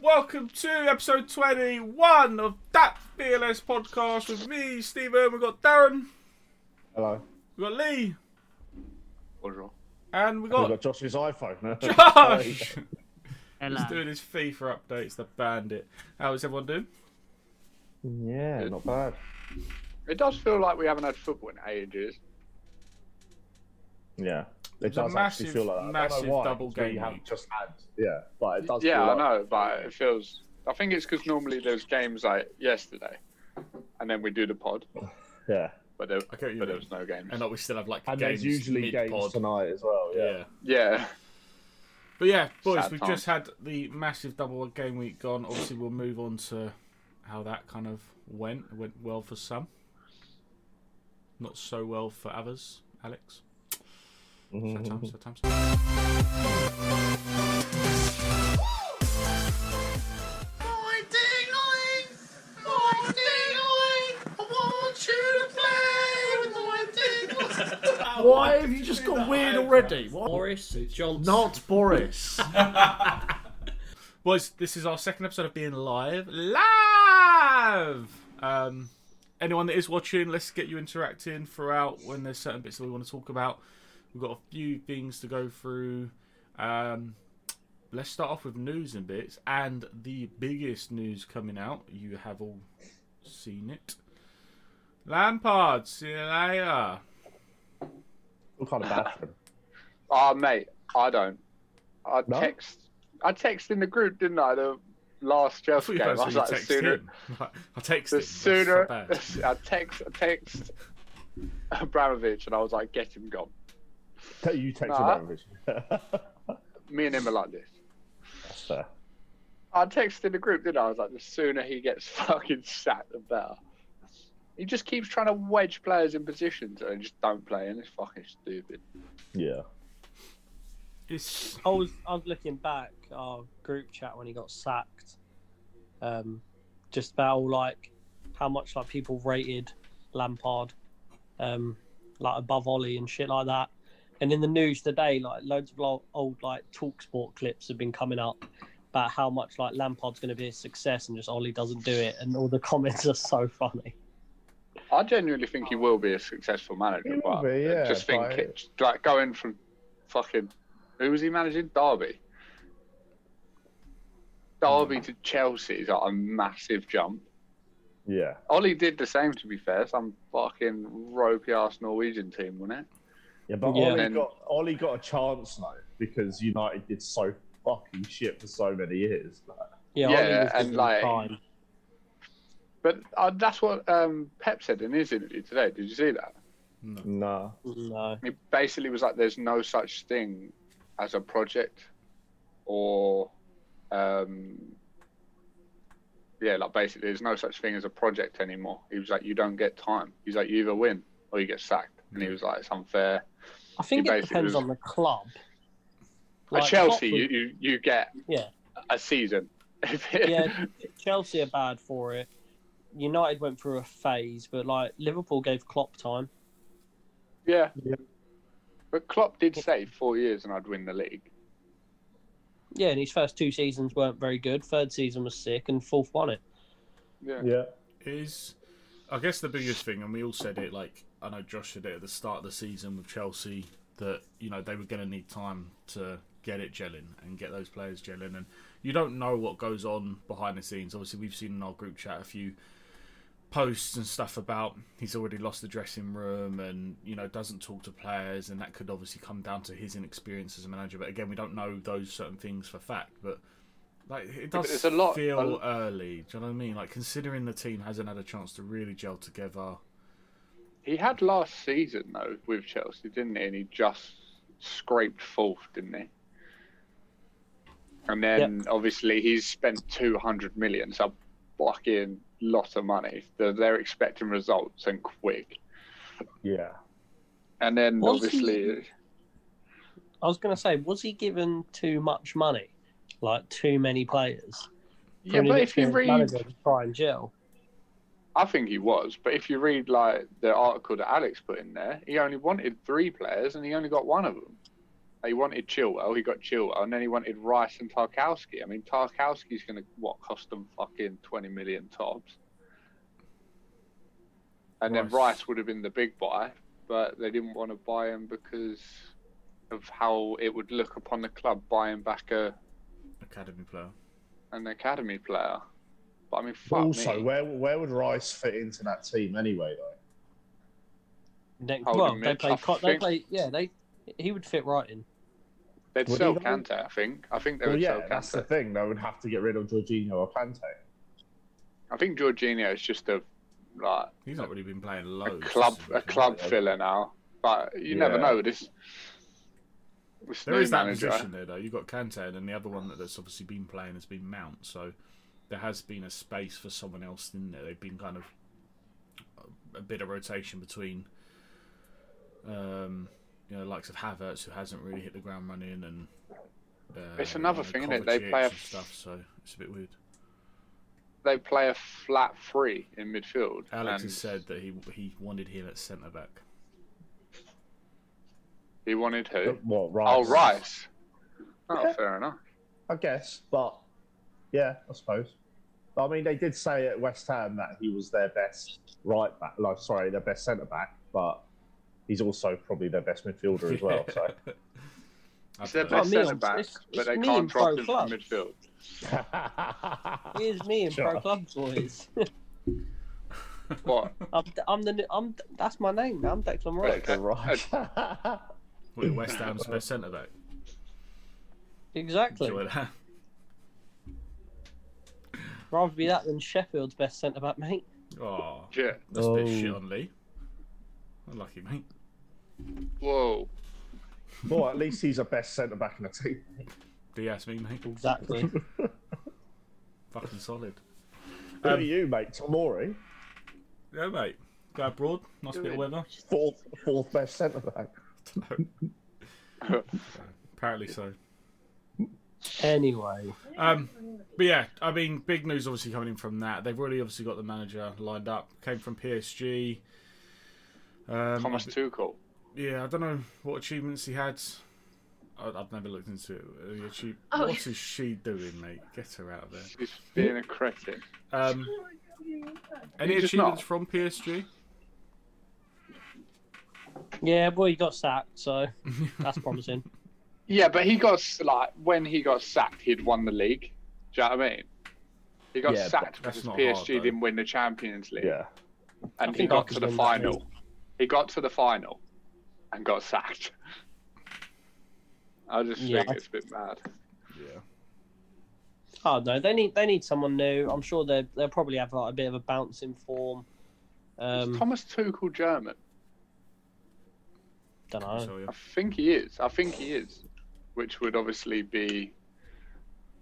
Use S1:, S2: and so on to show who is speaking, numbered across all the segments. S1: welcome to episode 21 of That BLS podcast with me, Stephen. We've got Darren,
S2: Hello.
S1: we've got Lee,
S3: Bonjour.
S1: and we've
S2: We've
S1: got
S2: got Josh's iPhone.
S1: Josh.
S4: Hello.
S1: He's doing his FIFA updates, the bandit. How is everyone doing?
S2: yeah, not bad.
S3: It does feel like we haven't had football in ages.
S2: Yeah. It
S1: It's a
S2: does
S1: massive,
S2: actually feel like that. I don't know
S1: massive
S2: why,
S1: double
S2: because we
S1: game
S2: haven't
S1: week.
S2: just had. Yeah, but it does.
S3: yeah,
S2: feel
S3: I
S2: like,
S3: know, but it feels. I think it's because normally there's games like yesterday, and then we do the pod,
S2: Yeah,
S3: but there,
S1: I get you.
S3: but
S1: mean.
S3: there was no games.
S1: And like, we still have like
S2: and
S1: games
S2: there's usually games
S1: mid-pod.
S2: tonight as well. Yeah.
S1: yeah.
S3: Yeah,
S1: But yeah, boys,
S3: Sad
S1: we've
S3: times.
S1: just had the massive double game week gone. Obviously, we'll move on to how that kind of went. It went well for some, not so well for others. Alex,
S3: Mm-hmm.
S2: Mm-hmm.
S1: sad times, sad times.
S5: Why have you just got weird already? Why?
S4: Boris Johnson.
S5: Not Boris.
S1: Boys, this is our second episode of being live. Live! Um, anyone that is watching, let's get you interacting throughout when there's certain bits that we want to talk about. We've got a few things to go through. Um, let's start off with news and bits. And the biggest news coming out, you have all seen it. Lampard, see you later.
S2: I'm kind of baffled.
S3: oh mate, I don't. I
S2: No?
S3: text. I texted in the group, didn't I? The last
S1: I
S3: Chelsea
S1: thought you
S3: game. I
S1: guys
S3: was
S1: said
S3: like,
S1: you
S3: the
S1: text
S3: sooner,
S1: him. I text him.
S3: the
S1: That's so
S3: sooner.
S1: bad.
S3: I text. I text. Abramovich and I was like, get him gone.
S2: you text
S3: Nah.
S2: about it.
S3: Me and him are like this.
S2: That's fair.
S3: I texted the group, didn't I? I was like, the sooner he gets fucking sacked, the better. He just keeps trying to wedge players in positions and just don't play, and it's fucking stupid.
S2: Yeah.
S1: It's
S6: I was I was looking back our group chat when he got sacked, um, just about like how much like people rated Lampard, um, like above Ollie and shit like that. And in the news today, like loads of lo- old like talk sport clips have been coming up about how much like Lampard's going to be a success and just Ollie doesn't do it, and all the comments are so funny.
S3: I genuinely think he will be a successful
S2: He
S3: manager,
S2: will
S3: but
S2: be, yeah,
S3: I just think
S2: but-
S3: it, like going from fucking who was he managing? Derby. Derby to Chelsea is like a massive jump.
S2: Yeah.
S3: Ollie did the same, to be fair. Some fucking ropey ass Norwegian team, wasn't it?
S2: Yeah, but
S6: Yeah.
S2: Ollie
S3: And-
S2: got Ollie got a chance though because United did so fucking shit for so many years. Like,
S6: Yeah,
S3: Yeah,
S6: Ollie was
S3: and,
S6: given
S3: like,
S6: time.
S3: But uh, that's what um, Pep said in his interview today. Did you see that?
S1: no.
S2: nah.
S6: Mm, no.
S3: It basically was like there's no such thing as a project or um yeah like basically there's no such thing as a project anymore he was like you don't get time he's like you either win or you get sacked and
S6: Hmm.
S3: he was like it's unfair
S6: I think
S3: He
S6: it depends
S3: basically-
S6: on the club.
S3: at
S6: Like,
S3: chelsea
S6: Klopp was-
S3: you, you you get
S6: Yeah.
S3: a season
S6: yeah, Chelsea are bad for it. United went through a phase, but like Liverpool gave Klopp time.
S3: yeah
S2: Yeah.
S3: but klopp did say four years and i'd win the league
S6: Yeah, and his first two seasons weren't very good. Third season was sick, and fourth won it.
S3: yeah
S2: Yeah.
S1: is I guess the biggest thing, and we all said it. Like I know Josh said it at the start of the season with Chelsea that you know they were going to need time to get it gelling and get those players gelling, and you don't know what goes on behind the scenes. Obviously, we've seen in our group chat a few posts and stuff about he's already lost the dressing room and you know doesn't talk to players and that could obviously come down to his inexperience as a manager but again we don't know those certain things for fact but like it
S3: but
S1: does
S3: it's a lot-
S1: feel
S3: a l-
S1: early do you know what i mean like considering the team hasn't had a chance to really gel together
S3: He had last season though with Chelsea, didn't he? And he just scraped fourth, didn't he? And then obviously he's spent two hundred million, so fucking lot of money. They're, they're expecting results and quick.
S2: Yeah.
S3: And then
S6: Was
S3: obviously,
S6: I was going to say, was he given too much money? Like too many players. for
S3: yeah.
S6: an
S3: But if you
S6: inexperienced
S3: read,
S6: manager to try and gel.
S3: I think he was. But if you read like the article that Alex put in there, he only wanted three players and he only got one of them. He wanted Chilwell, he got Chilwell, and then he wanted Rice and Tarkowski. I mean, Tarkowski's going to what cost them fucking twenty million tops. And then
S1: Rice.
S3: Rice would have been the big buy, but they didn't want to buy him because of how it would look upon the club buying back a
S1: Academy player.
S3: an academy player. But I mean, fuck
S2: also,
S3: me.
S2: where where would Rice fit into that team anyway? Though
S6: Next,
S3: Hold
S6: well,
S3: on,
S6: they
S3: Mitch,
S6: play,
S3: I
S6: co- they
S3: think-
S6: play. Yeah, they. He would fit right in.
S3: They'd
S2: Would
S3: sell
S2: he though?
S3: Kante, I think. I think they
S2: well,
S3: would
S2: yeah,
S3: sell
S2: that's the
S3: Kante.
S2: thing. They would have to get rid of Jorginho or Kante.
S3: I think Jorginho is just a like
S1: He's not really been playing
S3: a
S1: loads.
S3: club
S1: this
S3: a
S1: weekend.
S3: club filler now, but you never
S2: Yeah.
S3: know this. this
S1: There
S3: new
S1: is that
S3: manager.
S1: position there though. You've got Kante, and then the other one that that's obviously been playing has been Mount. So there has been a space for someone else in there. They've been kind of a bit of rotation between, um, you know, the likes of Havertz who hasn't really hit the ground running, and uh,
S3: It's another thing, isn't it? They
S1: Kovacic
S3: play a
S1: and
S3: f-
S1: stuff. So it's a bit weird.
S3: They play a flat three in midfield.
S1: Alex
S3: and
S1: has said that he he wanted him at centre back.
S3: he wanted who?
S2: But What Rice?
S3: Oh, Rice. Oh,
S2: Yeah.
S3: fair enough.
S2: I guess, but yeah, I suppose. But, I mean, they did say at West Ham that he was their best right back. Like, sorry, their best centre back, but he's also probably their best midfielder as well. So
S1: I
S3: It's their
S1: don't know.
S3: best
S6: me,
S3: centre
S6: it's-
S3: back,
S6: it's-
S3: but
S6: it's
S3: they
S6: me
S3: can't
S6: and
S3: drop
S6: pro
S3: him from
S6: clubs.
S3: midfield.
S6: Here's me in pro
S2: Sure.
S6: club boys.
S3: What?
S6: I'm, I'm the. new- I'm. That's my name. now, I'm Declan Rice.
S3: Okay.
S2: right.
S1: Wait, West Ham's best centre back.
S6: Exactly.
S1: Enjoy that.
S6: Rather be that than Sheffield's best centre back, mate.
S1: Oh,
S3: Yeah.
S1: that's a bit
S2: Oh.
S1: shit on Lee. Unlucky, mate.
S3: Whoa.
S2: well, at least he's a best centre back in the team.
S1: Do you ask me, mate?
S6: Exactly.
S1: Fucking solid.
S2: Who
S1: Um,
S2: are you, mate? Tomori,
S1: Yeah, mate. Go abroad. Nice bit of weather.
S2: fourth, fourth best centre back.
S1: Apparently so.
S6: anyway,
S1: Um, but yeah, I mean, big news obviously coming in from that. They've already obviously got the manager lined up. Came from PSG. Um,
S3: Thomas Tuchel.
S1: Yeah, I don't know what achievements he had. I, I've never looked into it. Uh, the achie-
S4: Oh.
S1: What is she doing, mate? Get her out of there.
S3: He's being a cretin.
S1: Um, any
S3: He's just
S1: achievements
S3: not.
S1: from PSG?
S6: yeah, boy, he got sacked, so that's promising.
S3: Yeah, but he got s- like when he got sacked, he'd won the league. Do you know what I mean? He got
S2: Yeah, but
S3: sacked
S1: that's
S3: because
S1: not
S3: PSG
S1: hard, though.
S3: didn't win the Champions League,
S2: Yeah.
S3: and he
S6: think
S3: got
S6: I
S3: to
S6: could
S3: the
S6: win that
S3: final. He got to the final, and got sacked. I just
S6: Yeah,
S3: think
S6: I-
S3: it's a bit mad.
S1: Yeah.
S6: Oh no, they need they need someone new. I'm sure they they'll probably have like, a bit of a bounce in form.
S3: Is
S6: Um,
S3: Thomas Tuchel German?
S6: don't know.
S1: So, yeah.
S3: I think he is. I think he is, which would obviously be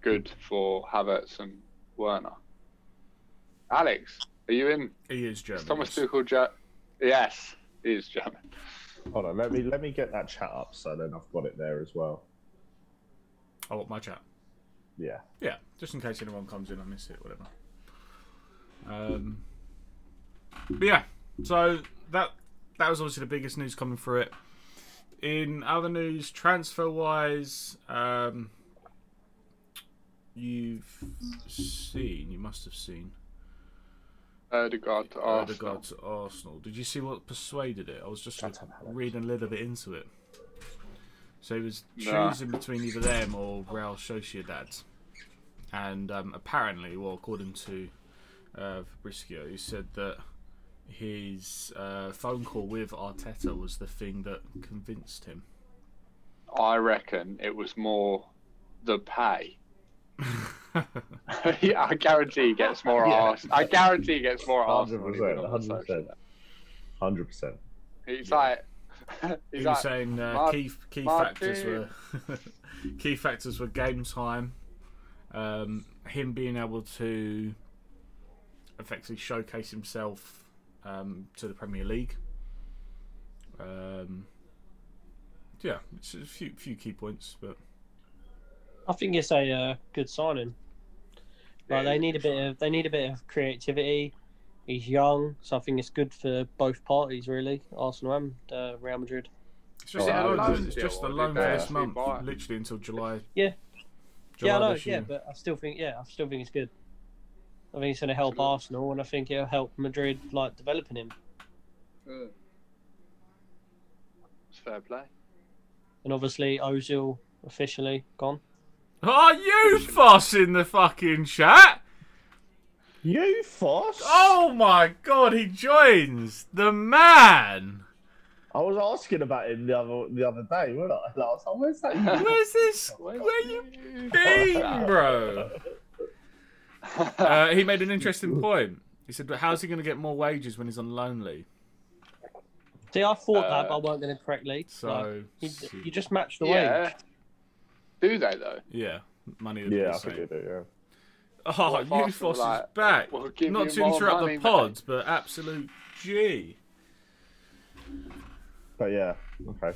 S3: good for Havertz and Werner. Alex, are you in?
S1: He is German.
S3: Is Thomas
S1: yes.
S3: Tuchel German? Yes, he is German.
S2: Hold on, let me let me get that chat up so then I've got it there as well.
S1: I want my chat.
S2: Yeah.
S1: Yeah, just in case anyone comes in, I miss it, whatever. Um, but yeah, so that that was obviously the biggest news coming through it. In other news, transfer wise, um, you've seen, you must have seen,
S3: Erdegaard to
S1: Arsenal.
S3: Arsenal.
S1: to Arsenal. Did you see what persuaded it? I was just
S2: Shut up, Alex.
S1: reading a little bit into it. So he was
S3: Nah.
S1: choosing between either them or Real Sociedad. And um, apparently, well, according to uh, Fabrizio, he said that his uh, phone call with Arteta was the thing that convinced him.
S3: I reckon it was more the pay. Yeah, I guarantee he gets more at
S2: Yeah.
S3: Arsenal. I guarantee he gets more at
S2: Hundred
S3: Arsenal.
S2: percent. Hundred percent. Hundred percent.
S3: He's
S1: Yeah.
S3: like,
S1: he was
S3: he's like,
S1: saying uh,
S3: Mar-
S1: key key factors
S3: Martin.
S1: were key factors were game time, um, him being able to effectively showcase himself um, to the Premier League. Um, yeah, it's a few few key points, but
S6: I think it's a uh, good signing.
S3: Yeah,
S6: Like they need a bit of they need a bit of creativity. He's young, so I think it's good for both parties really, Arsenal and uh, Real Madrid.
S1: It's just
S2: Oh,
S1: a
S2: I
S1: loan.
S2: wouldn't
S1: It's
S3: deal
S1: just a
S3: with
S1: loan for
S3: it.
S1: this
S3: Yeah.
S1: month,
S3: Buy it.
S1: literally until July.
S6: Yeah.
S1: July
S6: yeah, I know,
S1: this
S6: yeah,
S1: year.
S6: but I still think, yeah, I still think it's good. I think it's going to help
S3: Absolutely.
S6: Arsenal, and I think it'll help Madrid like developing him.
S3: Mm. It's fair play.
S6: And obviously, Ozil officially gone.
S1: Are you fussing the fucking chat?
S2: You Foss?
S1: Oh my god, he joins the man.
S2: I was asking about him the other the other day, wasn't I? Like, I was like, where's that?
S1: Where's this? Where you been, bro? Uh, he made an interesting point. He said, "But how's he going to get more wages when he's on lonely?"
S6: See, I thought
S3: Uh,
S6: that, but I weren't going to correctly. Like,
S1: So
S6: you, you just match the
S3: yeah.
S6: wage.
S3: Do they though?
S1: yeah, money. would be
S2: yeah,
S1: the
S2: I think
S1: same.
S2: you do. Yeah.
S1: Oh,
S3: What,
S1: you
S3: Arsenal,
S1: Foss is
S3: like,
S1: back.
S3: we'll give
S1: Not
S3: you
S1: to
S3: more
S1: interrupt
S3: money,
S1: the pods, but absolute G.
S2: But yeah, okay.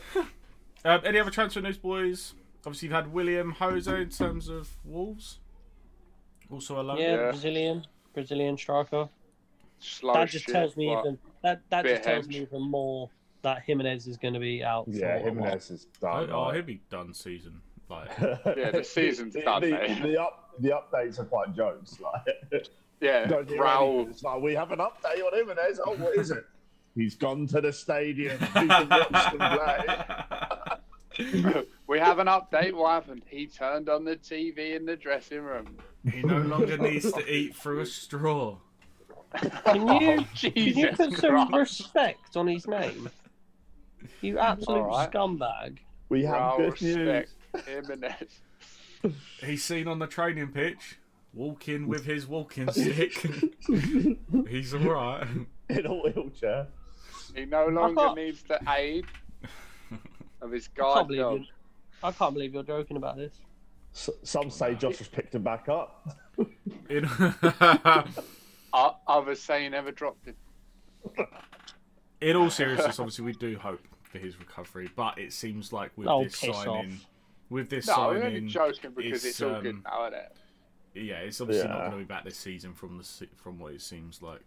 S1: Um, any other transfer news, boys? Obviously, you've had William Jose in terms of Wolves. Also a loan.
S6: Yeah,
S3: Yeah.
S6: Brazilian, Brazilian striker.
S3: Slow
S6: that just
S3: shit,
S6: tells me
S3: but-
S6: even that that
S3: Bit
S6: just tells me
S3: hedged.
S6: even more that Jimenez is going to be out.
S2: Yeah,
S6: for a while.
S2: Jimenez is
S1: Oh,
S2: done.
S1: oh,
S2: right?
S1: he'll be done season. Like,
S3: Yeah, the season's
S2: The-
S3: done,
S2: The,
S3: mate.
S2: the up, the updates are quite jokes. Like,
S3: Yeah,
S2: don't hear anything.
S3: Raul.
S2: It's like we have an update on Jimenez. Oh, what is it? He's gone to the stadium. You can watch them play.
S3: we have an update. What happened? He turned on the TV in the dressing room.
S1: he no longer needs to eat through a straw.
S6: Can you-
S3: Oh,
S6: Could you
S3: Jesus
S6: put some
S3: Christ.
S6: respect on his name? You absolute
S3: Alright.
S6: scumbag.
S2: We have
S3: Raul,
S2: good news.
S3: respect. Jimenez.
S1: He's seen on the training pitch, walking with his walking stick. He's all right.
S2: In a wheelchair.
S3: He no longer
S6: thought-
S3: needs the aid of his
S6: I
S3: guard
S6: can't, believe
S3: dog.
S6: you I can't believe you're joking about this.
S2: S- some say Josh has picked him back up.
S1: In-
S3: O- Others say he never dropped him.
S1: In all seriousness, obviously, we do hope for his recovery, but it seems like with
S6: Oh,
S1: this
S6: piss
S1: signing,
S6: off.
S1: with this
S3: No,
S1: signing,
S3: we're only joking because
S1: it's,
S3: it's, all
S1: um,
S3: good now, isn't it?
S1: yeah, it's obviously not
S2: Yeah.
S1: going to be back this season from the se- from what it seems like.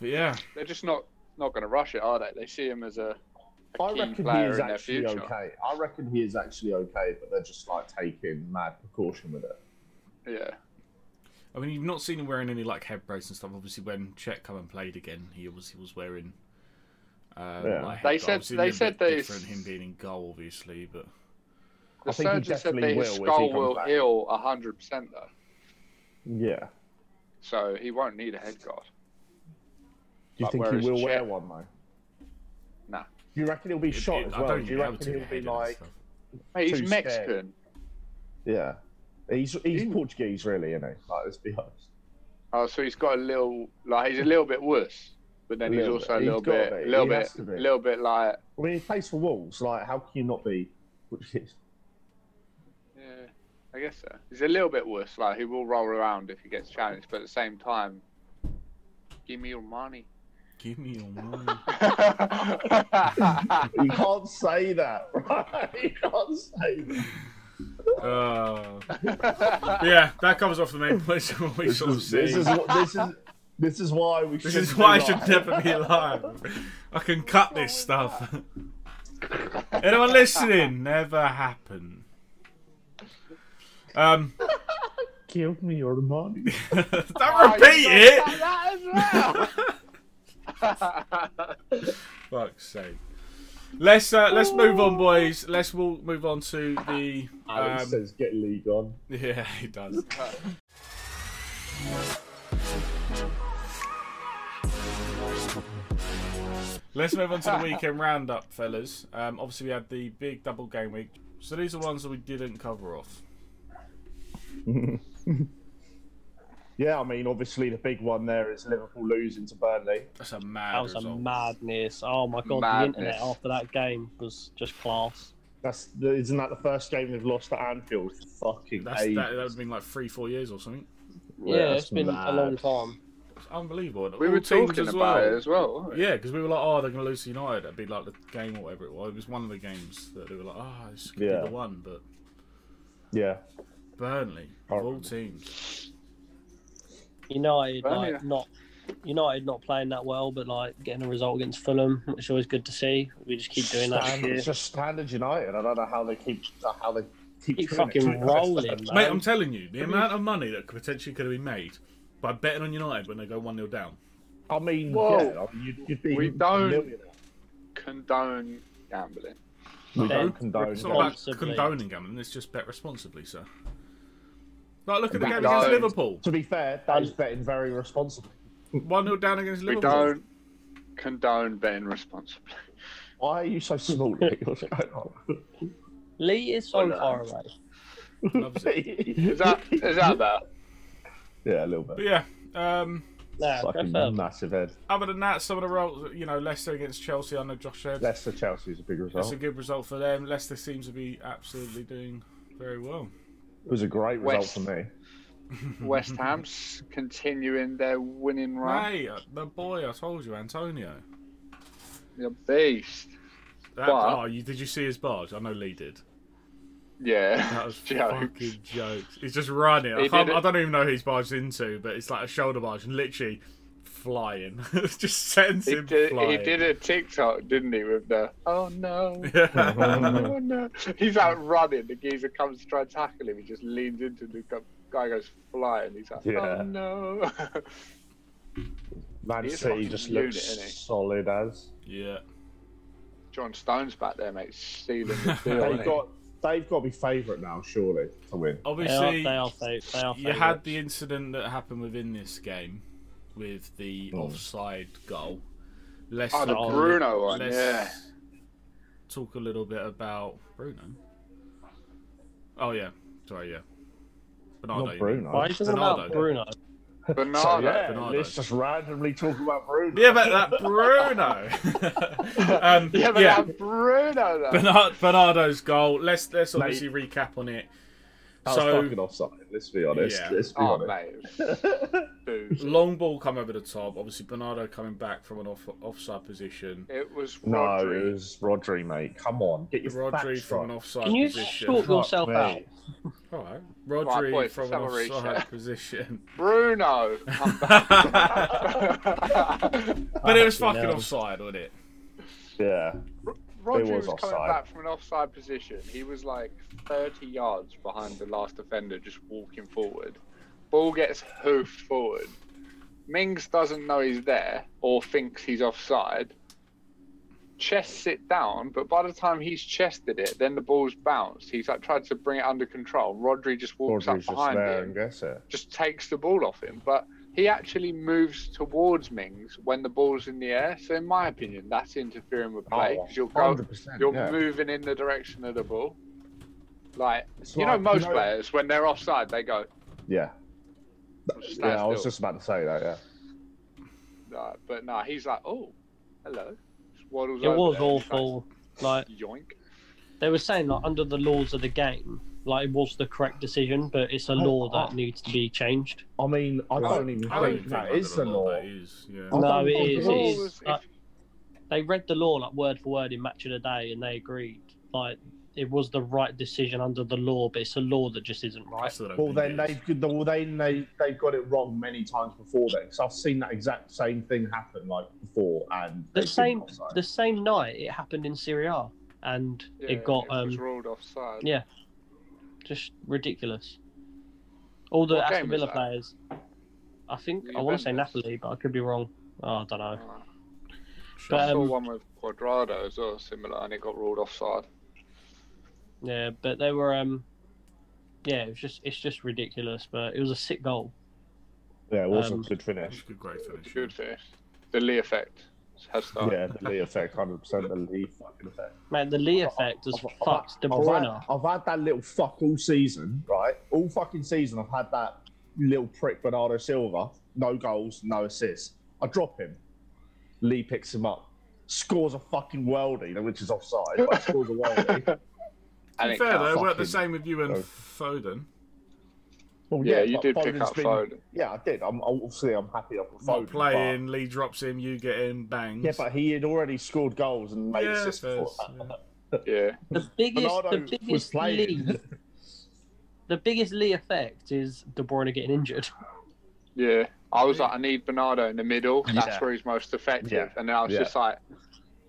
S1: But yeah,
S3: They're just not not going to rush it, are they? They see him as a, a
S2: I
S3: key
S2: reckon he
S3: player
S2: is
S3: in their
S2: actually
S3: future.
S2: okay. I reckon he is actually okay, but they're just like taking mad precaution with it.
S3: Yeah.
S1: I mean, you've not seen him wearing any like head brace and stuff. Obviously, when Czech come and played again, he obviously was wearing. Um,
S2: Yeah.
S1: like,
S3: They
S1: head-
S3: said-
S1: obviously,
S3: they
S1: a bit
S3: said they-
S1: different him being in goal, obviously, but
S3: The
S2: I think he
S3: surgeon said
S2: definitely
S3: that his
S2: will if he
S3: skull
S2: comes
S3: will
S2: back.
S3: heal 100% though,
S2: Yeah.
S3: so he won't need a head guard.
S2: Do you
S3: Like,
S2: think he
S3: whereas
S2: will
S3: Chet-
S2: wear one though?
S3: Nah.
S2: Do you reckon he'll be
S1: it-
S2: shot
S1: it-
S2: as
S1: I
S2: well?
S1: don't
S2: Do
S1: think
S2: you
S1: he'll
S2: reckon
S1: be
S2: he'll be
S1: able to
S2: like,
S1: hit it and stuff.
S3: Mate, he's
S2: Too scared.
S3: Mexican.
S2: yeah? He's he's
S3: Ew.
S2: Portuguese, really, isn't he? Like, let's be honest.
S3: Oh, so he's got a little, like he's a little bit worse, but then
S2: A
S3: he's
S2: little
S3: also
S2: bit.
S3: a
S2: He's
S3: little
S2: gotta
S3: bit,
S2: be.
S3: a
S2: He
S3: little
S2: has to
S3: bit,
S2: be.
S3: little bit like,
S2: I mean, he plays for Wolves. Like, how can you not be Portuguese?
S3: yeah, I guess so. He's a little bit worse. Like he will roll around if he gets challenged, but at the same time, give me your money.
S1: Give me your money.
S2: You can't say that, right? You can't say that.
S1: Uh, yeah, that covers off the main points of what we
S2: This
S1: sort of
S2: is, this
S1: see.
S2: is what- this is this is why we.
S1: This
S2: shouldn't
S1: is why I
S2: do
S1: should
S2: that.
S1: never be alive. I can cut this stuff. Anyone listening? Never happen. Um,
S2: Give me your money.
S1: don't
S3: Oh, you
S1: repeat
S3: thought
S1: it.
S3: about that as well.
S1: Fuck's sake. Let's uh, let's move on, boys. Let's we'll move on to the.
S2: Alex
S1: Um,
S2: says, "Get league on."
S1: yeah, he does. Let's move on to the weekend roundup, fellas. Um, obviously, we had the big double game week. So these are ones that we didn't cover off.
S2: Yeah, I mean, obviously the big one there is Liverpool losing to Burnley.
S1: That's a mad
S6: That was a
S1: result.
S6: madness. Oh my god, the internet
S3: Madness.
S6: after that game was just class.
S2: That's the, isn't that the first game they've lost at Anfield? Fucking
S1: That's,
S2: ages.
S1: that, that would have been like three, four years or something.
S6: Yeah, it's been a long time.
S1: It's unbelievable.
S3: we
S1: All
S3: were
S1: teams
S3: talking
S1: as
S3: about
S1: well.
S3: it as well. weren't we?
S1: Yeah, because we were like, oh, they're going to lose to United. That'd be like the game or whatever it was. It was one of the games that they were like, oh, this could
S2: Yeah.
S1: be the one. But
S2: Yeah,
S1: Burnley, of all teams.
S6: United
S3: Burnley.
S6: like not United not playing that well, but like getting a result against Fulham, which is always good to see. We just keep doing that.
S2: Stand- it's
S6: shit.
S2: just standard United. I don't know how they keep how they keep, doing
S6: Keep
S2: it.
S6: fucking rolling,
S1: Mate,
S6: Um,
S1: I'm telling you, the amount of money that could potentially could have been made by betting on United when they go 1 0 down.
S2: I mean,
S3: Whoa.
S2: yeah, I mean, you'd, you'd be
S3: We don't-
S2: a millionaire.
S3: Condone gambling.
S2: We
S6: Then-
S2: don't condone.
S1: It's
S2: it.
S1: not about
S6: Responsibly.
S1: condoning gambling, it's just bet responsibly, sir. Like, look at the
S3: We
S1: game against
S3: don't.
S1: Liverpool.
S2: To be fair, that is betting very responsibly.
S1: 1 0 down against
S3: We
S1: Liverpool.
S3: don't condone betting responsibly.
S2: Why are you so small? Nick? What's going on?
S6: Lee is so
S3: Oh, no.
S6: far away.
S1: Loves it.
S3: Is that is that that?
S2: Yeah, a little bit.
S1: But yeah, um,
S6: Nah, go
S2: Fucking
S6: further.
S2: massive head.
S1: other than that, some of the roles, you know, Leicester against Chelsea, I know Josh said.
S2: Leicester Chelsea's a big
S1: It's
S2: result.
S1: a good result for them. Leicester seems to be absolutely doing very well.
S2: It was a great result
S3: West.
S2: for me.
S3: West Ham's continuing their winning run.
S1: Mate, uh, the boy, I told you, Antonio.
S3: The beast.
S1: That,
S3: But-
S1: oh, you, did you see his barge? I know Lee did.
S3: Yeah.
S1: That was
S3: joke.
S1: fucking jokes. He's just running. I,
S3: He
S1: can't,
S3: did it.
S1: I don't even know who he's barged into, but it's like a shoulder barge and literally flying. It just sends
S3: He
S1: him
S3: did,
S1: flying.
S3: he did a TikTok, didn't he, with the oh no.
S1: Yeah.
S3: oh no. He's out running, the geezer comes to try and tackle him, he just leans into the gu- guy goes flying, he's like,
S2: Yeah.
S3: Oh no
S2: Man
S3: He is a
S2: City
S3: fucking
S2: just
S3: unit,
S2: looks
S3: isn't he?
S2: solid as.
S1: yeah.
S3: John Stone's back there, mate, stealing the field.
S1: Yeah,
S2: They've
S3: mate.
S2: got they've got to be favourite now, surely, to win.
S6: They are,
S1: Obviously,
S6: they are, fa- they are
S1: you
S6: favourites.
S1: had the incident that happened within this game with the
S2: Oh.
S1: offside goal. Let's
S3: Oh, the
S1: talk a
S3: Bruno
S1: li-
S3: one,
S1: let's
S3: yeah.
S1: Talk a little bit about Bruno. Oh yeah, sorry, yeah. Bernardo. you
S2: Not
S1: mean.
S2: Bruno.
S6: Why are you talking about
S1: Ronaldo.
S6: Bruno?
S3: Bernardo.
S2: So, yeah,
S1: Bernardo.
S2: let's just randomly talk about Bruno.
S1: Yeah, but that Bruno. um,
S3: Yeah, but
S1: yeah.
S3: that Bruno though.
S1: Bernard, Bernardo's goal. Let's let's obviously recap on it.
S2: That was
S1: so-
S2: fucking offside. Let's be honest.
S1: Yeah.
S2: Let's be
S3: Oh
S2: honest.
S3: mate. Dude,
S1: Long ball come over the top. Obviously, Bernardo coming back from an off, offside position.
S3: it was
S2: No,
S3: Rodri.
S2: it was Rodri, mate. Come on, get your
S1: Rodri
S2: facts
S1: from an
S2: right.
S1: offside
S6: Can you
S1: position.
S6: sort yourself
S2: Fuck
S6: out?
S2: me.
S1: All right.
S3: Right,
S1: Rodri
S3: boys,
S1: from an
S3: summary,
S1: offside
S3: Shaq.
S1: position.
S3: Bruno come
S1: but
S3: back.
S1: it was fucking
S6: hell.
S1: offside, wasn't it?
S2: Yeah,
S3: Rodri
S2: was
S3: was,
S2: offside.
S3: coming back from an offside position. He was like 30 yards behind the last defender, just walking forward. Ball gets hoofed forward. Mings doesn't know he's there or thinks he's offside. Chests it down, but by the time he's chested it, then the ball's bounced. He's like tried to bring it under control. Rodri just walks
S2: Rodri's
S3: up
S2: just
S3: behind
S2: there
S3: him
S2: and gets it.
S3: just takes the ball off him, but he actually moves towards Mings when the ball's in the air. So, in my opinion, that's interfering with play
S2: Oh,
S3: because you're go,
S2: 100%,
S3: you're
S2: yeah.
S3: moving in the direction of the ball. Like
S2: It's
S3: you know,
S2: like-
S3: most
S2: you know-
S3: players when they're offside, they go.
S2: Yeah,
S3: Stand
S2: yeah. I was
S3: still."
S2: just about to say that. Yeah.
S3: Like, but no, he's like, oh, hello. Just waddles
S6: It
S3: over
S6: was
S3: there and goes,
S6: awful. Like
S3: Yoink.
S6: they were saying, like under the laws of the game, like it was the correct decision, but it's a law that needs to be changed.
S2: I mean, I don't even
S1: I
S2: think that
S1: under
S2: is Oh, the
S1: law
S2: law.
S1: That is, yeah.
S2: I
S6: No,
S2: don't
S6: it
S2: think
S6: is.
S2: it
S6: It
S2: is.
S6: is. Like, they read the law like word for word in Match of the Day, and they agreed like it was the right decision under the law, but it's a law that just isn't
S1: I
S6: right.
S1: still don't
S2: Well,
S1: think
S2: then
S1: it is.
S2: they've good- well, then they they've got it wrong many times before then. So I've seen that exact same thing happen like before, and
S6: The
S2: they've been
S6: same,
S2: offside.
S6: the same night it happened in Serie A, and
S3: Yeah,
S6: it got
S3: was
S6: um
S3: ruled offside.
S6: yeah. just ridiculous. All the
S3: What
S6: Aston
S3: game was
S6: Villa
S3: that?
S6: players, I think I
S3: Juventus.
S6: want to say Napoli, but I could be wrong. Oh, I don't know.
S3: Oh.
S1: Sure.
S6: But
S3: I saw
S6: um,
S3: one with Quadrado as well, similar, and it got ruled offside.
S6: yeah, but they were um, yeah, it was just it's just ridiculous. But it was a sick goal.
S2: yeah, it was
S6: um,
S2: a good
S1: That's a
S2: finish.
S1: good great finish.
S3: Good finish. The Lee effect has started.
S2: Yeah, the Lee effect, hundred percent, the Lee fucking effect.
S6: Man, the Lee effect has
S2: I've- I've-
S6: fucked De
S2: I've had,
S6: Bruyne.
S2: I've had that little fuck all season, right? All fucking season, I've had that little prick Bernardo Silva, no goals, no assists. I drop him. Lee picks him up, scores a fucking worldie, which is offside, but scores a worldie.
S1: To
S3: And
S1: be
S3: it
S1: fair
S3: cut.
S1: though, weren't the
S2: fucking-
S1: same with you and
S2: Oh.
S1: Foden.
S2: Well,
S3: Yeah, you
S2: but
S3: did pick
S2: Foden's
S3: up
S2: been-
S3: Foden.
S2: Yeah, I did. I'm obviously I'm happy up with Foden.
S1: Not
S2: but-
S1: playing, Lee drops him, you get him, bangs.
S2: yeah, but he had already scored goals and made
S1: Yeah,
S2: assists before.
S1: first, yeah.
S3: Yeah.
S6: The biggest,
S2: Bernardo
S6: the
S2: was
S6: biggest
S2: playing.
S6: Lee, the biggest Lee effect is De Bruyne getting injured.
S3: Yeah. I was like, I need Bernardo in the middle. That's
S2: Yeah.
S3: where he's most effective.
S2: Yeah.
S3: And then I was
S2: Yeah.
S3: just like,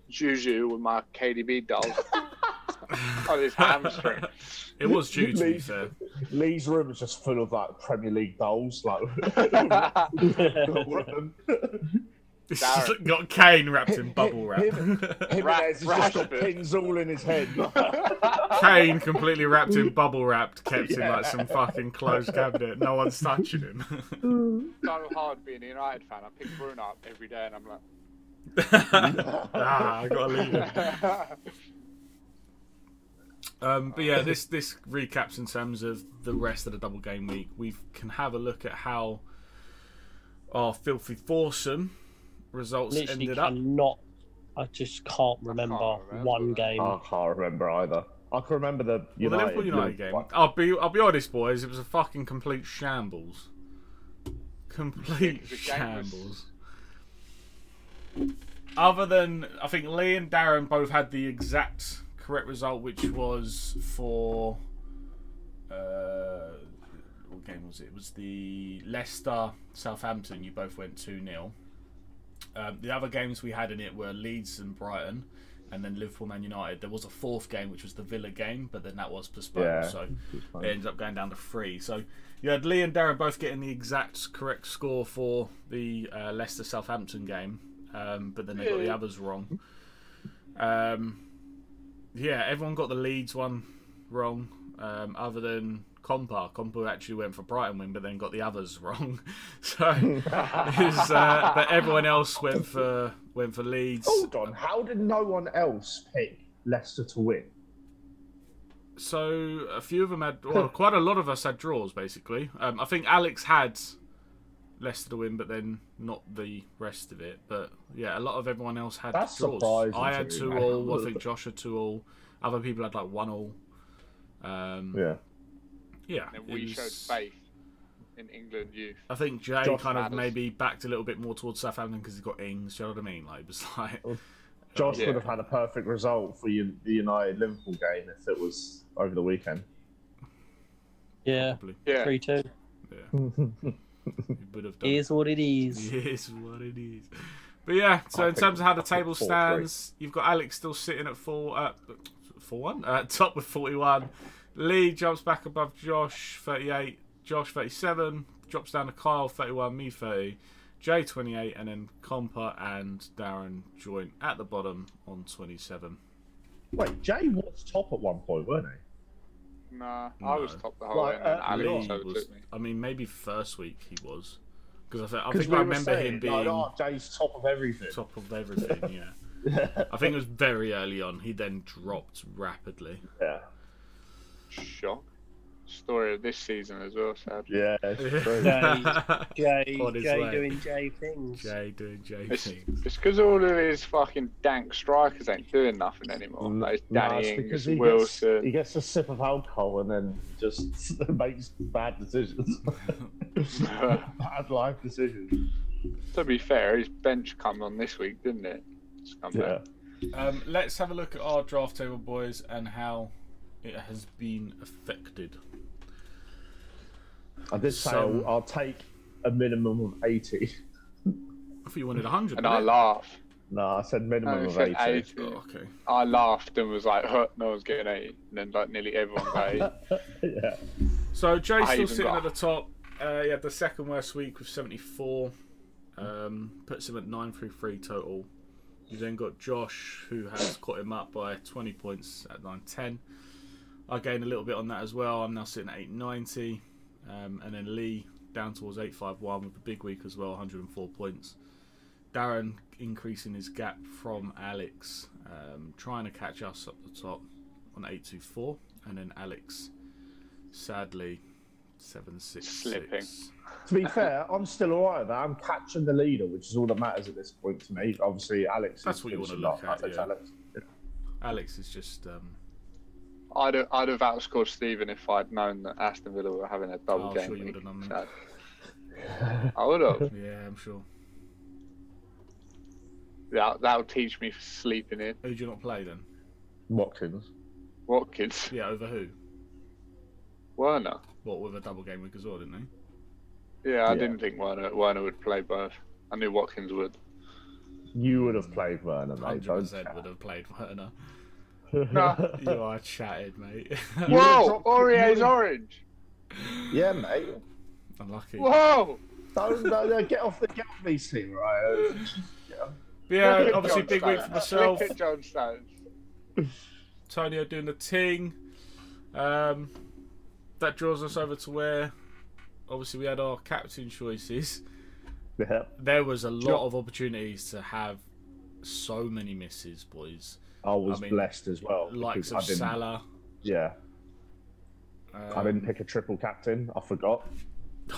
S3: Juju with my KDB dolls on his hamstring.
S1: It was due to be
S2: Leave.
S1: fair.
S2: Lee's room is just full of like Premier League goals, like
S1: It's
S3: Darren.
S1: just got Kane wrapped in bubble wrap.
S2: Him- Jimenez has just got
S3: Rashford.
S2: pins all in his head.
S1: Kane completely wrapped in bubble wrapped, kept in like
S2: Yeah.
S1: some fucking closed cabinet. No one's touching him.
S3: so hard being a United fan. I pick Bruno up every day and I'm like,
S1: ah, I gotta leave him. Um, but yeah, this this recaps in terms of the rest of the double game week. We can have a look at how our filthy foursome results
S6: Literally
S1: ended up.
S6: cannot. I just can't remember
S3: remember
S6: one
S3: that.
S6: game.
S2: I can't remember either. I can remember the
S1: Well, the
S2: United,
S1: Liverpool United game. I'll be I'll be honest, boys. It was a fucking complete shambles. Complete
S3: The game was-
S1: shambles. Other than I think Lee and Darren both had the exact correct result, which was for uh, what game was it? It was the Leicester Southampton. You both went two 0 um, The other games we had in it were Leeds and Brighton and then Liverpool Man United. There was a fourth game, which was the Villa game, but then that was postponed,
S2: Yeah.
S1: so it ended up going down to three. So you had Lee and Darren both getting the exact correct score for the uh, Leicester Southampton game, um, but then they got the others wrong. Um, yeah, everyone got the Leeds one wrong, um, other than Compa. Compa actually went for Brighton win, but then got the others wrong. so, it's, uh, but everyone else went for went for Leeds.
S2: Hold on, how did no one else pick Leicester to win?
S1: So a few of them had, well, quite a lot of us had draws basically. Um, I think Alex had Leicester to win, but then not the rest of it. But yeah, a lot of everyone else had
S2: That's
S1: draws.
S2: surprising
S1: I
S2: to
S1: had
S2: me,
S1: two
S2: man.
S1: all. I think Josh had two all. Other people had like one all. Um, yeah,
S2: Yeah.
S3: and
S1: it
S3: then we
S1: was-
S3: showed faith in England youth.
S1: I think Jay
S2: Josh
S1: kind of
S3: matters.
S1: maybe backed a little bit more towards Southampton because he got Ings. You know what I mean? Like it was like
S2: Josh
S3: Yeah.
S2: would have had a perfect result for you, the United Liverpool game if it was over the weekend.
S6: yeah,
S1: probably
S3: Yeah.
S6: three two.
S1: he would have done.
S6: It is what it is.
S1: It is what it is. But yeah, so
S2: I
S1: in
S2: think-
S1: terms of how the
S2: I think
S1: table
S2: four, three.
S1: stands, you've got Alex still sitting at four, uh, four one, uh, top with forty one. Lee jumps back above Josh thirty eight, Josh thirty seven, drops down to Kyle thirty one, me thirty, Jay twenty eight, and then Compa and Darren joint at the bottom on twenty seven.
S2: Wait, Jay was top at one point, weren't he?
S3: Nah, I was
S1: No.
S3: top the whole
S2: Like,
S3: way, and then
S2: uh,
S3: Ali
S1: Lee
S3: also
S1: was,
S3: took me.
S1: I mean, maybe first week he was, because I, thi- I think I
S2: were
S1: remember him
S2: saying, like,
S1: being.
S2: "Oh, Jay's top of everything.
S1: top of everything. Yeah, I think it was very early on. He then dropped rapidly.
S2: Yeah.
S3: Shock. Story of this season as well, sadly.
S2: Yeah, it's true.
S6: Jay,
S1: On his
S6: Jay
S1: way.
S6: doing Jay things.
S1: Jay doing Jay
S3: It's
S1: things.
S3: it's because all of his fucking dank strikers ain't doing nothing anymore. Like it's
S2: No,
S3: Danny
S2: it's because
S3: Ings,
S2: he gets,
S3: Wilson.
S2: he gets a sip of alcohol and then just makes bad decisions, bad life decisions.
S3: to be fair, his bench come on this week, didn't it? Scumbag.
S2: Yeah,
S1: Um, let's have a look at our draft table, boys, and how it has been affected.
S2: I did say
S1: So-
S2: I'll, I'll take a minimum of eighty.
S1: I thought you wanted hundred.
S3: And I laugh.
S2: No, I said minimum
S3: I,
S2: of eighty.
S3: Oh, said 80.
S1: okay.
S3: I laughed and was like, huh, no one's getting 80. And then like nearly everyone got 80.
S2: Yeah,
S1: So Jay's
S3: I
S1: still
S3: even
S1: sitting
S3: got-
S1: at the top. Uh, he had the second worst week with 74. Um, puts him at 9 through 3 total. You then got Josh, who has caught him up by 20 points at 910. I gained a little bit on that as well. I'm now sitting at 890. Um, and then Lee down towards 851 with a big week as well, 104 points. Darren increasing his gap from Alex, um, trying to catch us up the top on 824. And then Alex, sadly, 766.
S3: Slipping.
S2: to be fair, I'm still alright with that. I'm catching the leader, which is all that matters at this point to me. Obviously, Alex.
S1: That's
S2: is
S1: what you wanna
S2: finishing
S1: look
S2: last.
S1: at,
S2: That's
S1: yeah.
S2: Alex.
S1: Alex is just. Um,
S3: I'd have, I'd have outscored Steven if I'd known that Aston Villa were having a double
S1: Oh,
S3: game.
S1: sure you
S3: week.
S1: would have known
S3: So-
S1: that.
S3: I would have.
S1: Yeah, I'm sure.
S3: That, that'll teach me for sleeping in.
S1: Who do you not play then?
S2: Watkins.
S3: Watkins,
S1: Yeah, over who?
S3: Werner.
S1: What with a double game week as well, didn't he?
S3: Yeah, I
S2: Yeah.
S3: didn't think Werner, Werner would play both. I knew Watkins would.
S2: You would have played Werner, mate.
S1: Hundred
S2: Don't
S1: percent would have played Werner.
S2: chat.
S3: No.
S1: You are chatted, mate.
S3: Whoa!
S2: dropped-
S3: Aurier's
S2: you would've-
S3: orange.
S2: yeah, mate.
S1: Unlucky.
S3: Whoa!
S2: Don't, no, no, get off the get off these two, right?
S1: But yeah,
S3: Look at
S1: obviously
S3: John
S1: big week for
S3: Stones.
S1: myself.
S3: Look at John Stones.
S1: Antonio doing the ting. Um, that draws us over to where, obviously, we had our captain choices.
S2: Yeah.
S1: There was a
S2: you know-
S1: lot of opportunities to have so many misses, boys.
S2: I was
S1: I mean,
S2: blessed as well.
S1: Likes
S2: because
S1: of
S2: I didn't,
S1: Salah.
S2: Yeah, I
S1: um,
S2: didn't pick a triple captain. I forgot.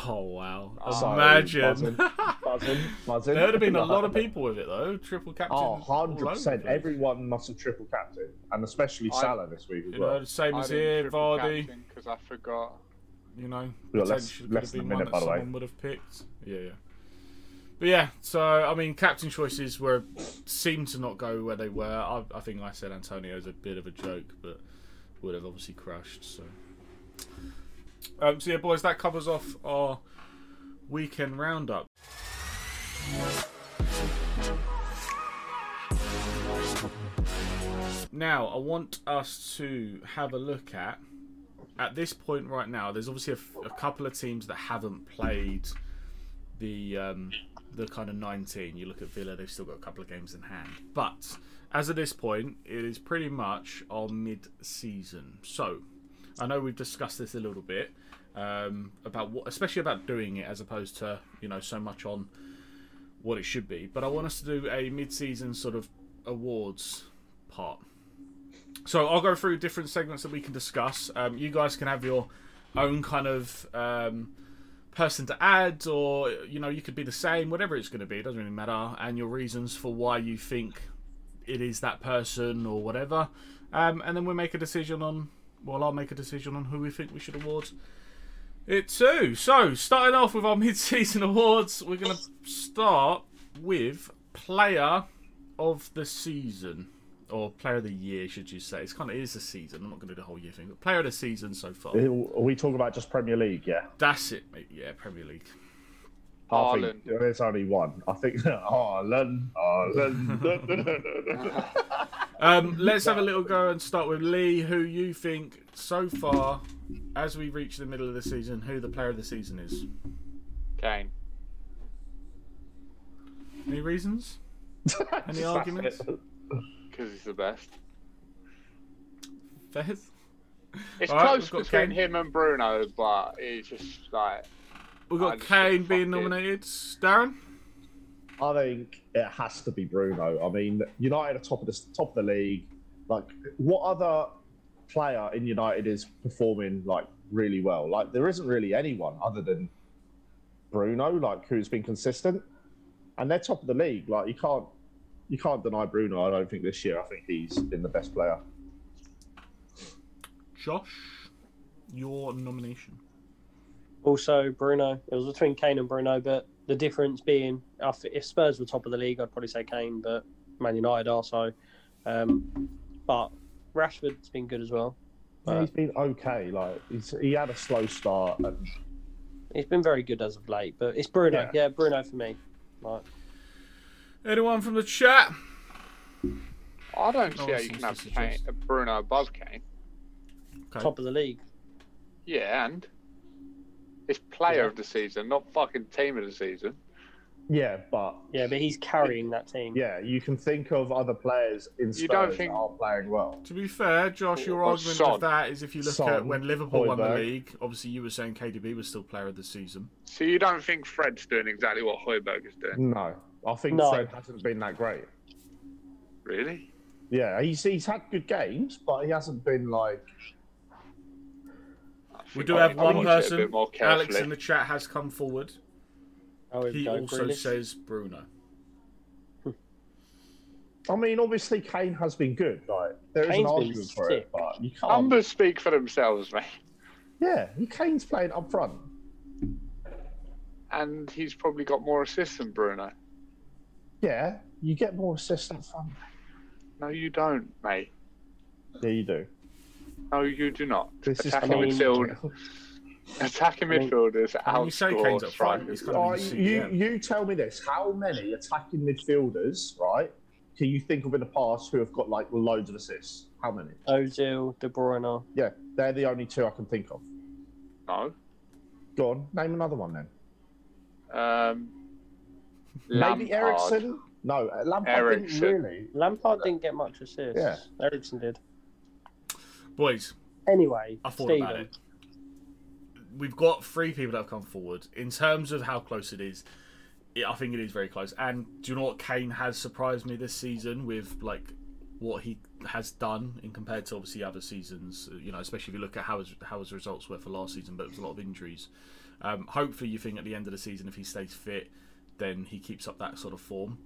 S1: Oh wow!
S2: So,
S1: Imagine.
S2: buzzing, buzzing, buzzing.
S1: there would have been a lot of people with it though. Triple captain.
S2: Oh, 100 percent. Everyone must have triple captain, and especially
S3: I-
S2: Salah this week as
S1: You
S2: well.
S1: know, same
S3: I
S1: as
S3: didn't
S1: here,
S3: triple
S1: Vardy.
S3: captain 'cause I forgot.
S1: You know,
S2: We've got less-
S1: potentially
S2: less
S1: could
S2: than
S1: have
S2: a
S1: been one that
S2: minute, by the way.
S1: someone would have picked. Yeah, yeah. But yeah, so I mean, captain choices were seemed to not go where they were. I, I think I said Antonio's a bit of a joke, but would have obviously crashed. So, um, so yeah, boys, that covers off our weekend roundup. Now, I want us to have a look at at this point right now, there's obviously a f- a, couple of teams that haven't played the um, the kind of 19. You look at Villa; they've still got a couple of games in hand. But as of this point, it is pretty much our mid-season. So I know we've discussed this a little bit um, about what, especially about doing it as opposed to you know so much on what it should be. But I want us to do a mid-season sort of awards part. So I'll go through different segments that we can discuss. Um, you guys can have your own kind of um, person to add, or you know, you could be the same, whatever it's going to be. It doesn't really matter, and your reasons for why you think it is that person or whatever. Um, and then we make a decision on. Well, I'll make a decision on who we think we should award it to. So starting off with our mid-season awards, we're going to start with player of the season or player of the year, should you say? It's kind of it is the season. I'm not going to do the whole year thing, but player of the season so far.
S2: Are we talking about just Premier League? Yeah.
S1: That's it, mate. Yeah, Premier League.
S2: I
S3: Haaland.
S2: think there's only one. I think Haaland. Haaland.
S1: Um, let's have a little go and start with Lee. Who you think so far, as we reach the middle of the season, who the player of the season is?
S3: Kane.
S1: Any reasons? Any arguments?
S3: Because he's the best.
S1: Fez?
S3: It's
S1: All right,
S3: close
S1: we've got
S3: between
S1: Kane.
S3: him and Bruno, but it's just like
S1: We've
S3: I
S1: got
S3: just
S1: Kane
S3: think,
S1: being
S3: fuck it.
S1: nominated. Darren?
S2: I think it has to be Bruno. I mean, United are top of the top of the league. Like, what other player in United is performing like really well? Like, there isn't really anyone other than Bruno, like who's been consistent, and they're top of the league. Like, you can't you can't deny Bruno. I don't think this year. I think he's been the best player.
S1: Josh? Your nomination.
S6: Also, Bruno. It was between Kane and Bruno, but the difference being, I thi- if Spurs were top of the league, I'd probably say Kane, but Man United are so. Um, but Rashford's been good as well.
S2: Yeah,
S6: Uh,
S2: he's been okay. Like, he's, he had a slow start, and
S6: He's been very good as of late, but it's Bruno.
S2: Yeah.
S6: Yeah, Bruno for me. Like,
S1: Anyone from the chat?
S3: I don't
S1: No
S3: see
S1: one
S3: how you
S1: seems
S3: can
S1: to
S3: have Kane, uh,
S1: suggest.
S3: Bruno above Kane.
S1: Okay.
S6: top of the league.
S3: Yeah, and it's player of the season, not fucking team of the season.
S2: yeah, but
S6: Yeah, but he's carrying that team.
S2: Yeah, you can think of other players in Spurs
S3: You don't think-
S2: that are playing well.
S1: To be fair, Josh, your
S3: Or
S1: argument
S3: Oh, Son.
S1: of that is if you look
S2: Son,
S1: at when Liverpool won the
S2: Hoiberg.
S1: league, obviously you were saying KDB was still player of the season.
S3: So you don't think Fred's doing exactly what Hoiberg is doing,
S2: No, I think
S6: No.
S2: Fred hasn't been that great.
S3: really?
S2: Yeah, he's he's had good games, but he hasn't been like
S1: We do
S3: I
S1: have
S3: think I
S1: one
S3: watch it a
S1: person.
S3: bit more
S1: Alex
S3: carefully.
S1: in the chat has come forward.
S6: Oh, here we
S1: He
S6: go,
S1: also
S6: Grealish.
S1: says Bruno.
S2: I mean, obviously Kane has been good, like there is an
S6: Kane's been
S2: argument for it,
S6: sick.
S2: but you can't
S3: Numbers speak for themselves, mate.
S2: Yeah, Kane's playing up front.
S3: And he's probably got more assists than Bruno.
S2: Yeah, you get more assists up front.
S3: No, you don't, mate.
S2: Yeah, you do.
S3: No, you do not.
S2: This is
S3: Attacking
S6: fine.
S3: midfield. Attacking midfielders
S1: When you say Kane's
S3: outscore
S1: up front, it's
S3: strikers.
S1: kind
S2: Oh,
S1: of in
S2: you,
S1: CDM.
S2: you tell me this: how many attacking midfielders, right? Can you think of in the past who have got like loads of assists? How many?
S6: Ozil, De Bruyne.
S2: Yeah, they're the only two I can think of.
S3: No.
S2: Go on, name another one then.
S3: Um,
S2: Maybe
S3: Lampard.
S2: Ericsson. No, uh, Lampard didn't
S3: Eriksen.
S2: really.
S6: Lampard didn't get much assists.
S2: Yeah.
S6: Ericsson did.
S1: Boys,
S6: Anyway,
S1: I thought
S6: Steven,
S1: about it. We've got three people that have come forward. In terms of how close it is, it, I think it is very close. And do you know what? Kane has surprised me this season with like what he has done in compared to obviously other seasons. You know, especially if you look at how his how his results were for last season, but it was a lot of injuries. Um, hopefully, you think at the end of the season, if he stays fit, then he keeps up that sort of form.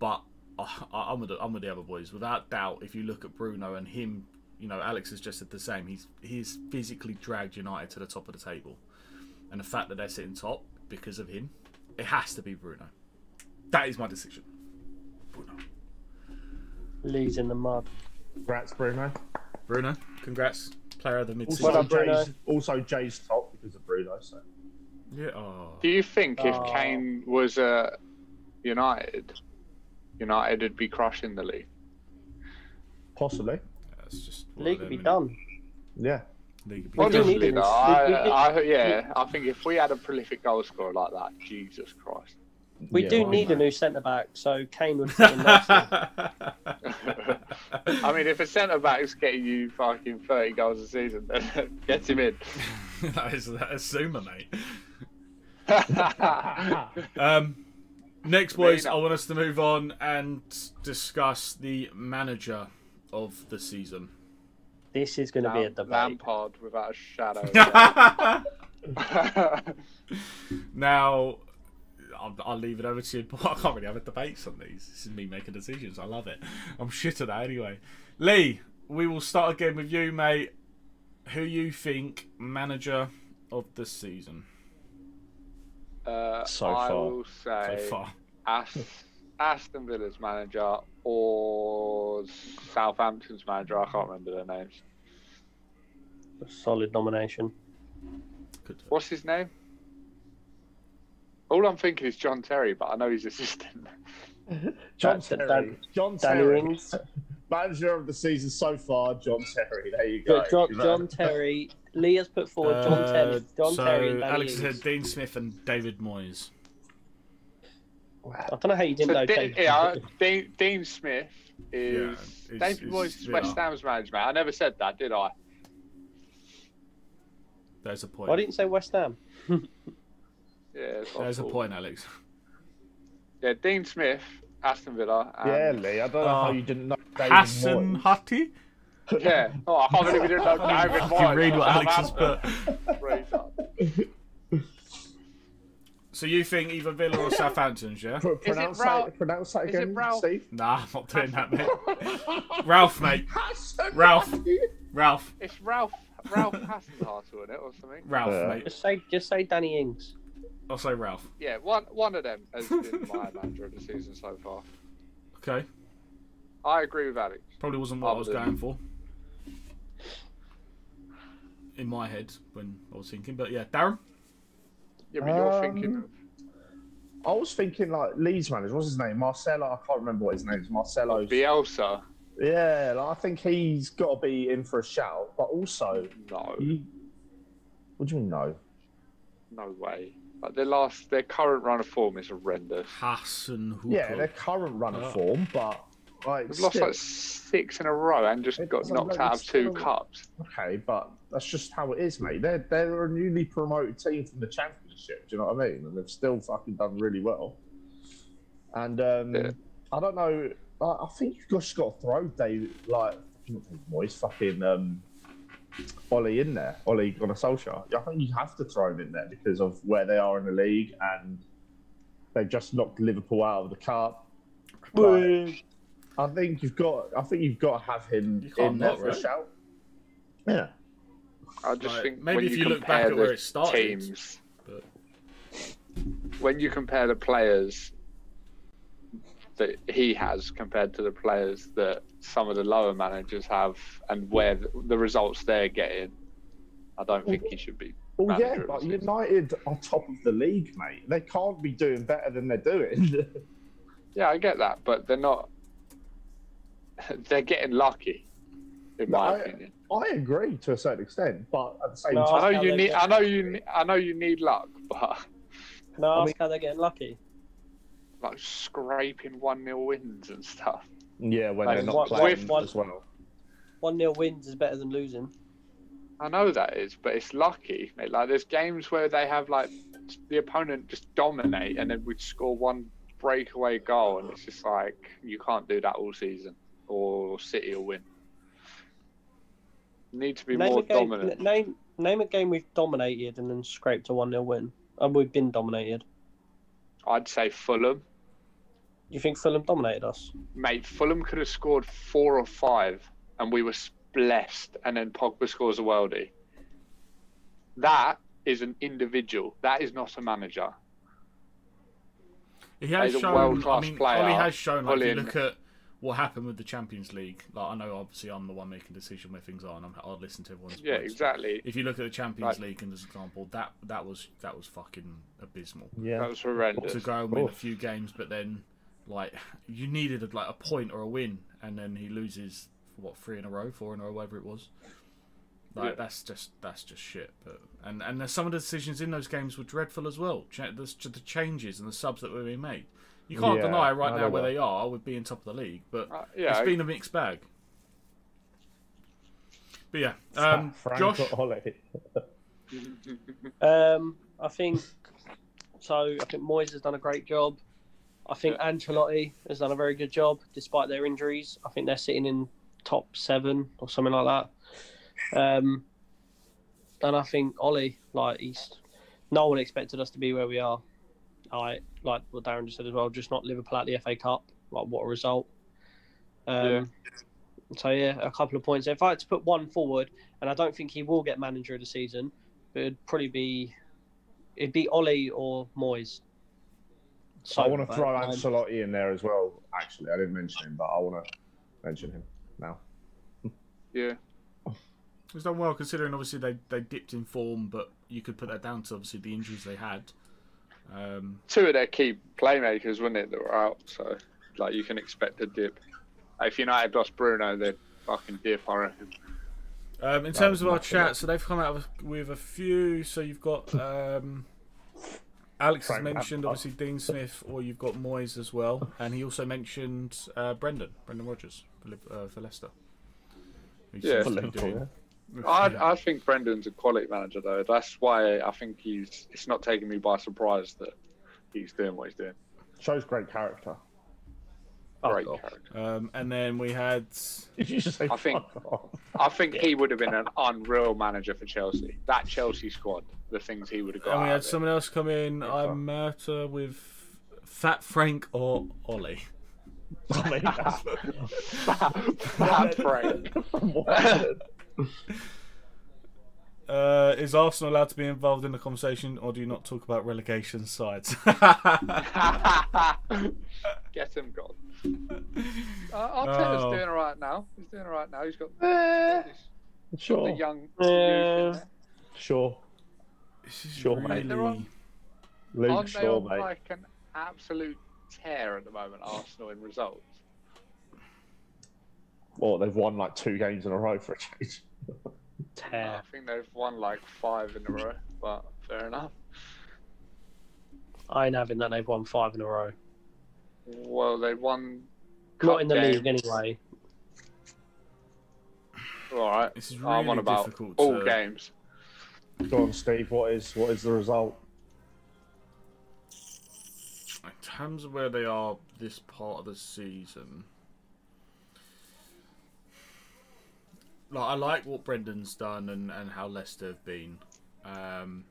S1: But I, I- I'm with the, I'm with the other boys without doubt. If you look at Bruno and him, you know Alex has just said the same. He's he's physically dragged United to the top of the table, and the fact that they're sitting top because of him, it has to be Bruno. That is my decision. Bruno.
S6: Lee's in the mud.
S2: Congrats, Bruno.
S1: Bruno, congrats, player of the mid
S2: Also,
S6: Well
S1: season.
S6: done, Bruno.
S2: Jay's, also Jay's top because of Bruno. So
S1: Yeah. Oh.
S3: Do you think if
S6: Oh.
S3: Kane was uh, United, United would be crushing the league?
S2: possibly,
S1: That's just one
S6: League
S1: of
S6: would
S1: them,
S6: be
S1: innit?
S6: done.
S2: yeah.
S1: League would be
S6: What do you
S1: done.
S6: need
S3: Honestly,
S6: in
S3: though,
S6: this?
S3: I,
S6: We- we-
S3: I, yeah, I think if we had a prolific goal scorer like that, Jesus Christ.
S6: We
S2: Yeah,
S6: do
S2: why
S6: need
S1: not?
S6: a new centre back, so Kane would fit in nicely.
S3: I mean, if a centre back's getting you fucking 30 goals a season, then get him in.
S1: that is that is Zuma, mate.
S3: yeah,
S1: Um, next, boys,
S3: Mina.
S1: I want us to move on and discuss the manager of the season.
S6: This is going to be a debate.
S3: Lampard without a shadow.
S1: now, I'll, I'll leave it over to you. But I can't really have a debates on these. This is me making decisions. I love it. I'm shit at that anyway. Lee, we will start again with you, mate. Who you think manager of the season
S3: uh,
S2: So
S3: I
S2: far.
S3: will say
S1: so far?
S3: Ast- Aston Villa's manager or Southampton's manager. I can't remember their names.
S6: Solid nomination.
S1: Good.
S3: What's his name? All I'm thinking is John Terry, but I know he's assistant.
S2: John
S6: That's a
S2: Terry.
S6: Dan-
S2: John
S6: Danny
S2: Terry.
S6: Ings.
S2: Manager of the season so far, John Terry. There you go.
S6: John, John,
S2: You know?
S6: Terry. Lee has put forward John
S1: Uh,
S6: Terry. John
S1: so
S6: Terry and Danny
S1: Alex
S6: Ings.
S1: has had Dean Smith and David Moyes.
S6: I don't know how you didn't
S3: So
S6: know.
S3: Dean,
S6: Dean,
S3: yeah, Dean, Dean Smith is
S1: Yeah, it's-
S3: David
S1: it's-
S3: Moyes is
S1: yeah.
S3: West Ham's manager. mate. I never said that, did I?
S1: There's a point.
S6: Why didn't you say West Ham?
S3: Yeah, that's what I
S1: There's a
S6: Oh,
S3: thought.
S1: point, Alex.
S3: Yeah, Dean Smith, Aston Villa.
S2: Yeah,
S3: And,
S2: Lee. I don't know
S1: Uh,
S2: how you didn't know. David
S1: Hassan
S2: Moyes.
S1: Hutty?
S3: yeah. Oh, I can't believe we didn't know
S1: I
S3: David
S1: can
S3: Moyes.
S1: read what Alex has
S3: Southampton.
S1: put.
S3: Read that.
S1: So you think either Villa or Southampton's, yeah?
S2: Pro- pronounce,
S3: Ralph-
S2: that, pronounce that
S3: is
S2: again,
S3: it Ralph?
S2: Steve.
S1: Nah, I'm not doing that, mate. Ralph, mate. Ralph. Ralph.
S3: It's Ralph Ralph Hasenhartel in it or something.
S1: Ralph,
S2: Yeah.
S1: mate.
S6: Just say, just say Danny Ings.
S1: I'll say Ralph.
S3: Yeah, one one of them has been my manager of the season so far.
S1: Okay.
S3: I agree with Alex.
S1: Probably wasn't what I was
S3: Probably.
S1: going for. In my head when I was thinking. But yeah, Darren?
S3: Yeah, but you're
S2: Um,
S3: thinking of
S2: I was thinking like Leeds manager. What's his name? Marcelo. I can't remember what his name is.
S3: Oh,
S2: Marcelo.
S3: Bielsa.
S2: Yeah, like, I think he's got to be in for a shout. But also,
S3: No,
S2: you, what do you mean no?
S3: no way. Like their last, their current run of form is horrendous.
S1: Hassan Hooker.
S2: Yeah, their current run of
S1: Yeah.
S2: form, but like,
S3: They've Ah. lost
S2: still-
S3: like six in a row and just
S2: It
S3: got
S2: doesn't
S3: knocked
S2: look
S3: out of two
S2: still-
S3: cups.
S2: okay, but that's just how it is, mate. They're they're a newly promoted team from the championship. Do you know what I mean? And they've still fucking done really well. And um,
S3: Yeah.
S2: I don't know. I, I think you've just got to throw Dave like not David Moyes, fucking um, Ollie in there. Ollie on a Solskjaer. I think you have to throw him in there because of where they are in the league and they just knocked Liverpool out of the cup. Like, I think you've got. I think you've got to have him
S1: You can't
S2: in there
S1: not,
S2: for
S1: right?
S2: a shout. Yeah.
S3: I just
S1: Right,
S3: think
S1: maybe
S3: when
S1: if you look
S3: compare
S1: back at where
S3: the
S1: it started,
S3: teams,
S1: but-
S3: when you compare the players that he has compared to the players that some of the lower managers have, and where the, the results they're getting, I don't think he should be
S2: Well, Oh, yeah,
S3: manager of
S2: but
S3: the season.
S2: United are top of the league, mate. They can't be doing better than they're doing.
S3: Yeah, I get that, but they're not. They're getting lucky, in
S2: No,
S3: my
S2: I-
S3: opinion.
S2: I agree to a certain extent, but at the same
S6: No,
S2: time,
S3: I know
S6: how
S3: you
S6: they
S3: need.
S6: get
S3: I know you. ne- I know you need luck, but
S6: Can I
S2: I
S6: ask
S2: mean-
S6: how they're getting lucky?
S3: like scraping one 0 wins and stuff.
S2: yeah, when
S3: Like,
S2: they're not
S6: what-
S2: playing
S6: what-
S2: as well.
S6: One 0 wins is better than losing.
S3: I know that is, but it's lucky. Mate. Like there's games where they have like the opponent just dominate, and then we'd score one breakaway goal, and it's just like you can't do that all season, or City will win. Need to be
S6: name
S3: more
S6: a game.
S3: dominant.
S6: n- Name name a game we've dominated and then scraped a one 0 win, and we've been dominated.
S3: I'd say Fulham.
S6: You think Fulham dominated us?
S3: Mate, Fulham could have scored four or five, and we were blessed. And then Pogba scores a worldie. That is an individual. That is not a manager.
S1: He has
S3: He's a
S1: shown. I
S3: world-class
S1: mean,
S3: player,
S1: Ollie has shown. Like, if you
S3: Ollie-
S1: look at what happened with the Champions League. Like, I know obviously I'm the one making decision where things are, and I'm, I'll listen to everyone's.
S3: Yeah,
S1: points.
S3: exactly.
S1: If you look at the Champions
S3: Right.
S1: League and as an example, that that was that was fucking abysmal.
S2: Yeah,
S3: That was horrendous.
S1: To go and win a
S2: Oof.
S1: few games, but then like you needed like a point or a win, and then he loses what three in a row, four in a row, whatever it was. Like
S3: Yeah.
S1: that's just that's just shit. But and and then some of the decisions in those games were dreadful as well. Cha- the, the changes and the subs that were being made. You can't
S2: Yeah,
S1: deny
S2: I
S1: right
S2: know
S1: now where
S2: that.
S1: they are with being top of the league, but
S3: Uh, yeah,
S1: it's been a mixed bag. But yeah, um,
S2: Frank
S1: Josh,
S2: Ollie.
S6: Um, I think so. I think Moyes has done a great job. I think Ancelotti has done a very good job despite their injuries. I think they're sitting in top seven or something like that. Um, and I think Ollie, like he's no one expected us to be where we are. I like what Darren just said as well, just not Liverpool at the FA Cup. Like what a result. Um,
S3: Yeah.
S6: So yeah, a couple of points. If I had to put one forward, and I don't think he will get manager of the season, but it'd probably be it'd be Ollie or Moyes. So
S2: I want to throw
S6: um,
S2: Ancelotti in there as well. Actually, I didn't mention him, but I want to mention him now.
S3: yeah.
S1: It's done well considering obviously they, they dipped in form, but you could put that down to obviously the injuries they had. Um,
S3: Two of their key playmakers, wasn't it, that were out. So, like, you can expect a dip. If United lost Bruno, they'd fucking dip, I reckon.
S1: um, in terms
S2: was
S1: of our
S2: massive.
S1: chat, so they've come out with- with a few. So you've got um, Alex has
S2: Frank
S1: mentioned
S2: Lampard.
S1: obviously Dean Smith, or you've got Moyes as well, and he also mentioned uh, Brendan Brendan Rodgers for, Liv- uh, for Leicester. He
S3: Yeah.
S1: seems to be doing-
S3: I,
S1: Yeah.
S3: I think Brendan's a quality manager, though. That's why I think he's. It's not taking me by surprise that he's doing what he's doing.
S2: Shows great character.
S6: Oh,
S3: Great
S6: God.
S3: character.
S1: Um, and then we had
S2: Did you just say
S3: I think-
S2: fuck off?
S3: I think he would have been an unreal manager for Chelsea. That Chelsea squad, the things he would have got.
S1: and we
S3: out
S1: had
S3: of it.
S1: someone else come in.
S2: Excellent.
S1: I'm Murta with Fat Frank or Ollie.
S2: I mean, that's-
S3: Fat Frank.
S2: From Watford.
S1: Uh, is Arsenal allowed to be involved in the conversation, or do you not talk about relegation sides?
S3: Get him gone. Uh, Arteta's
S1: Oh.
S3: doing all right now. He's doing all right now. He's got
S2: Eh,
S1: Oh.
S3: the
S2: sure,
S3: young.
S6: Yeah.
S3: youth in
S2: sure.
S1: This is
S2: Sure, mate.
S1: really-
S3: They're on- there.
S2: Luke
S3: Aren't they
S2: Shaw,
S3: on
S2: mate.
S3: like an absolute tear at the moment, Arsenal in results?
S2: Well, they've won like two games in a row for a change.
S6: Tear.
S3: I think they've won like five in a row, but fair enough.
S6: I ain't having that. They've won five in a row.
S3: Well, they won.
S6: Not
S3: cup
S6: in the
S3: games.
S6: league anyway.
S3: All right.
S1: This is
S3: I'm on
S1: really
S3: about
S1: difficult
S3: all
S1: to-
S3: games.
S2: Go on, Steve. What is what is the result?
S1: In terms of where they are this part of the season, like I like what Brendan's done and, and how Leicester have been. Um,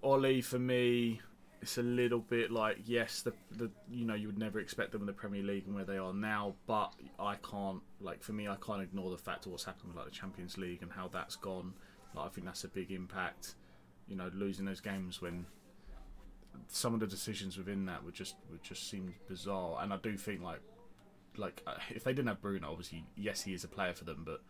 S1: Ollie for me, it's a little bit like yes, the, the you know you would never expect them in the Premier League and where they are now, but I can't like for me I can't ignore the fact of what's happened with like the Champions League and how that's gone. Like I think that's a big impact. You know, losing those games when some of the decisions within that were just would just seemed bizarre, and I do think like like uh, if they didn't have Bruno, obviously yes he is a player for them, but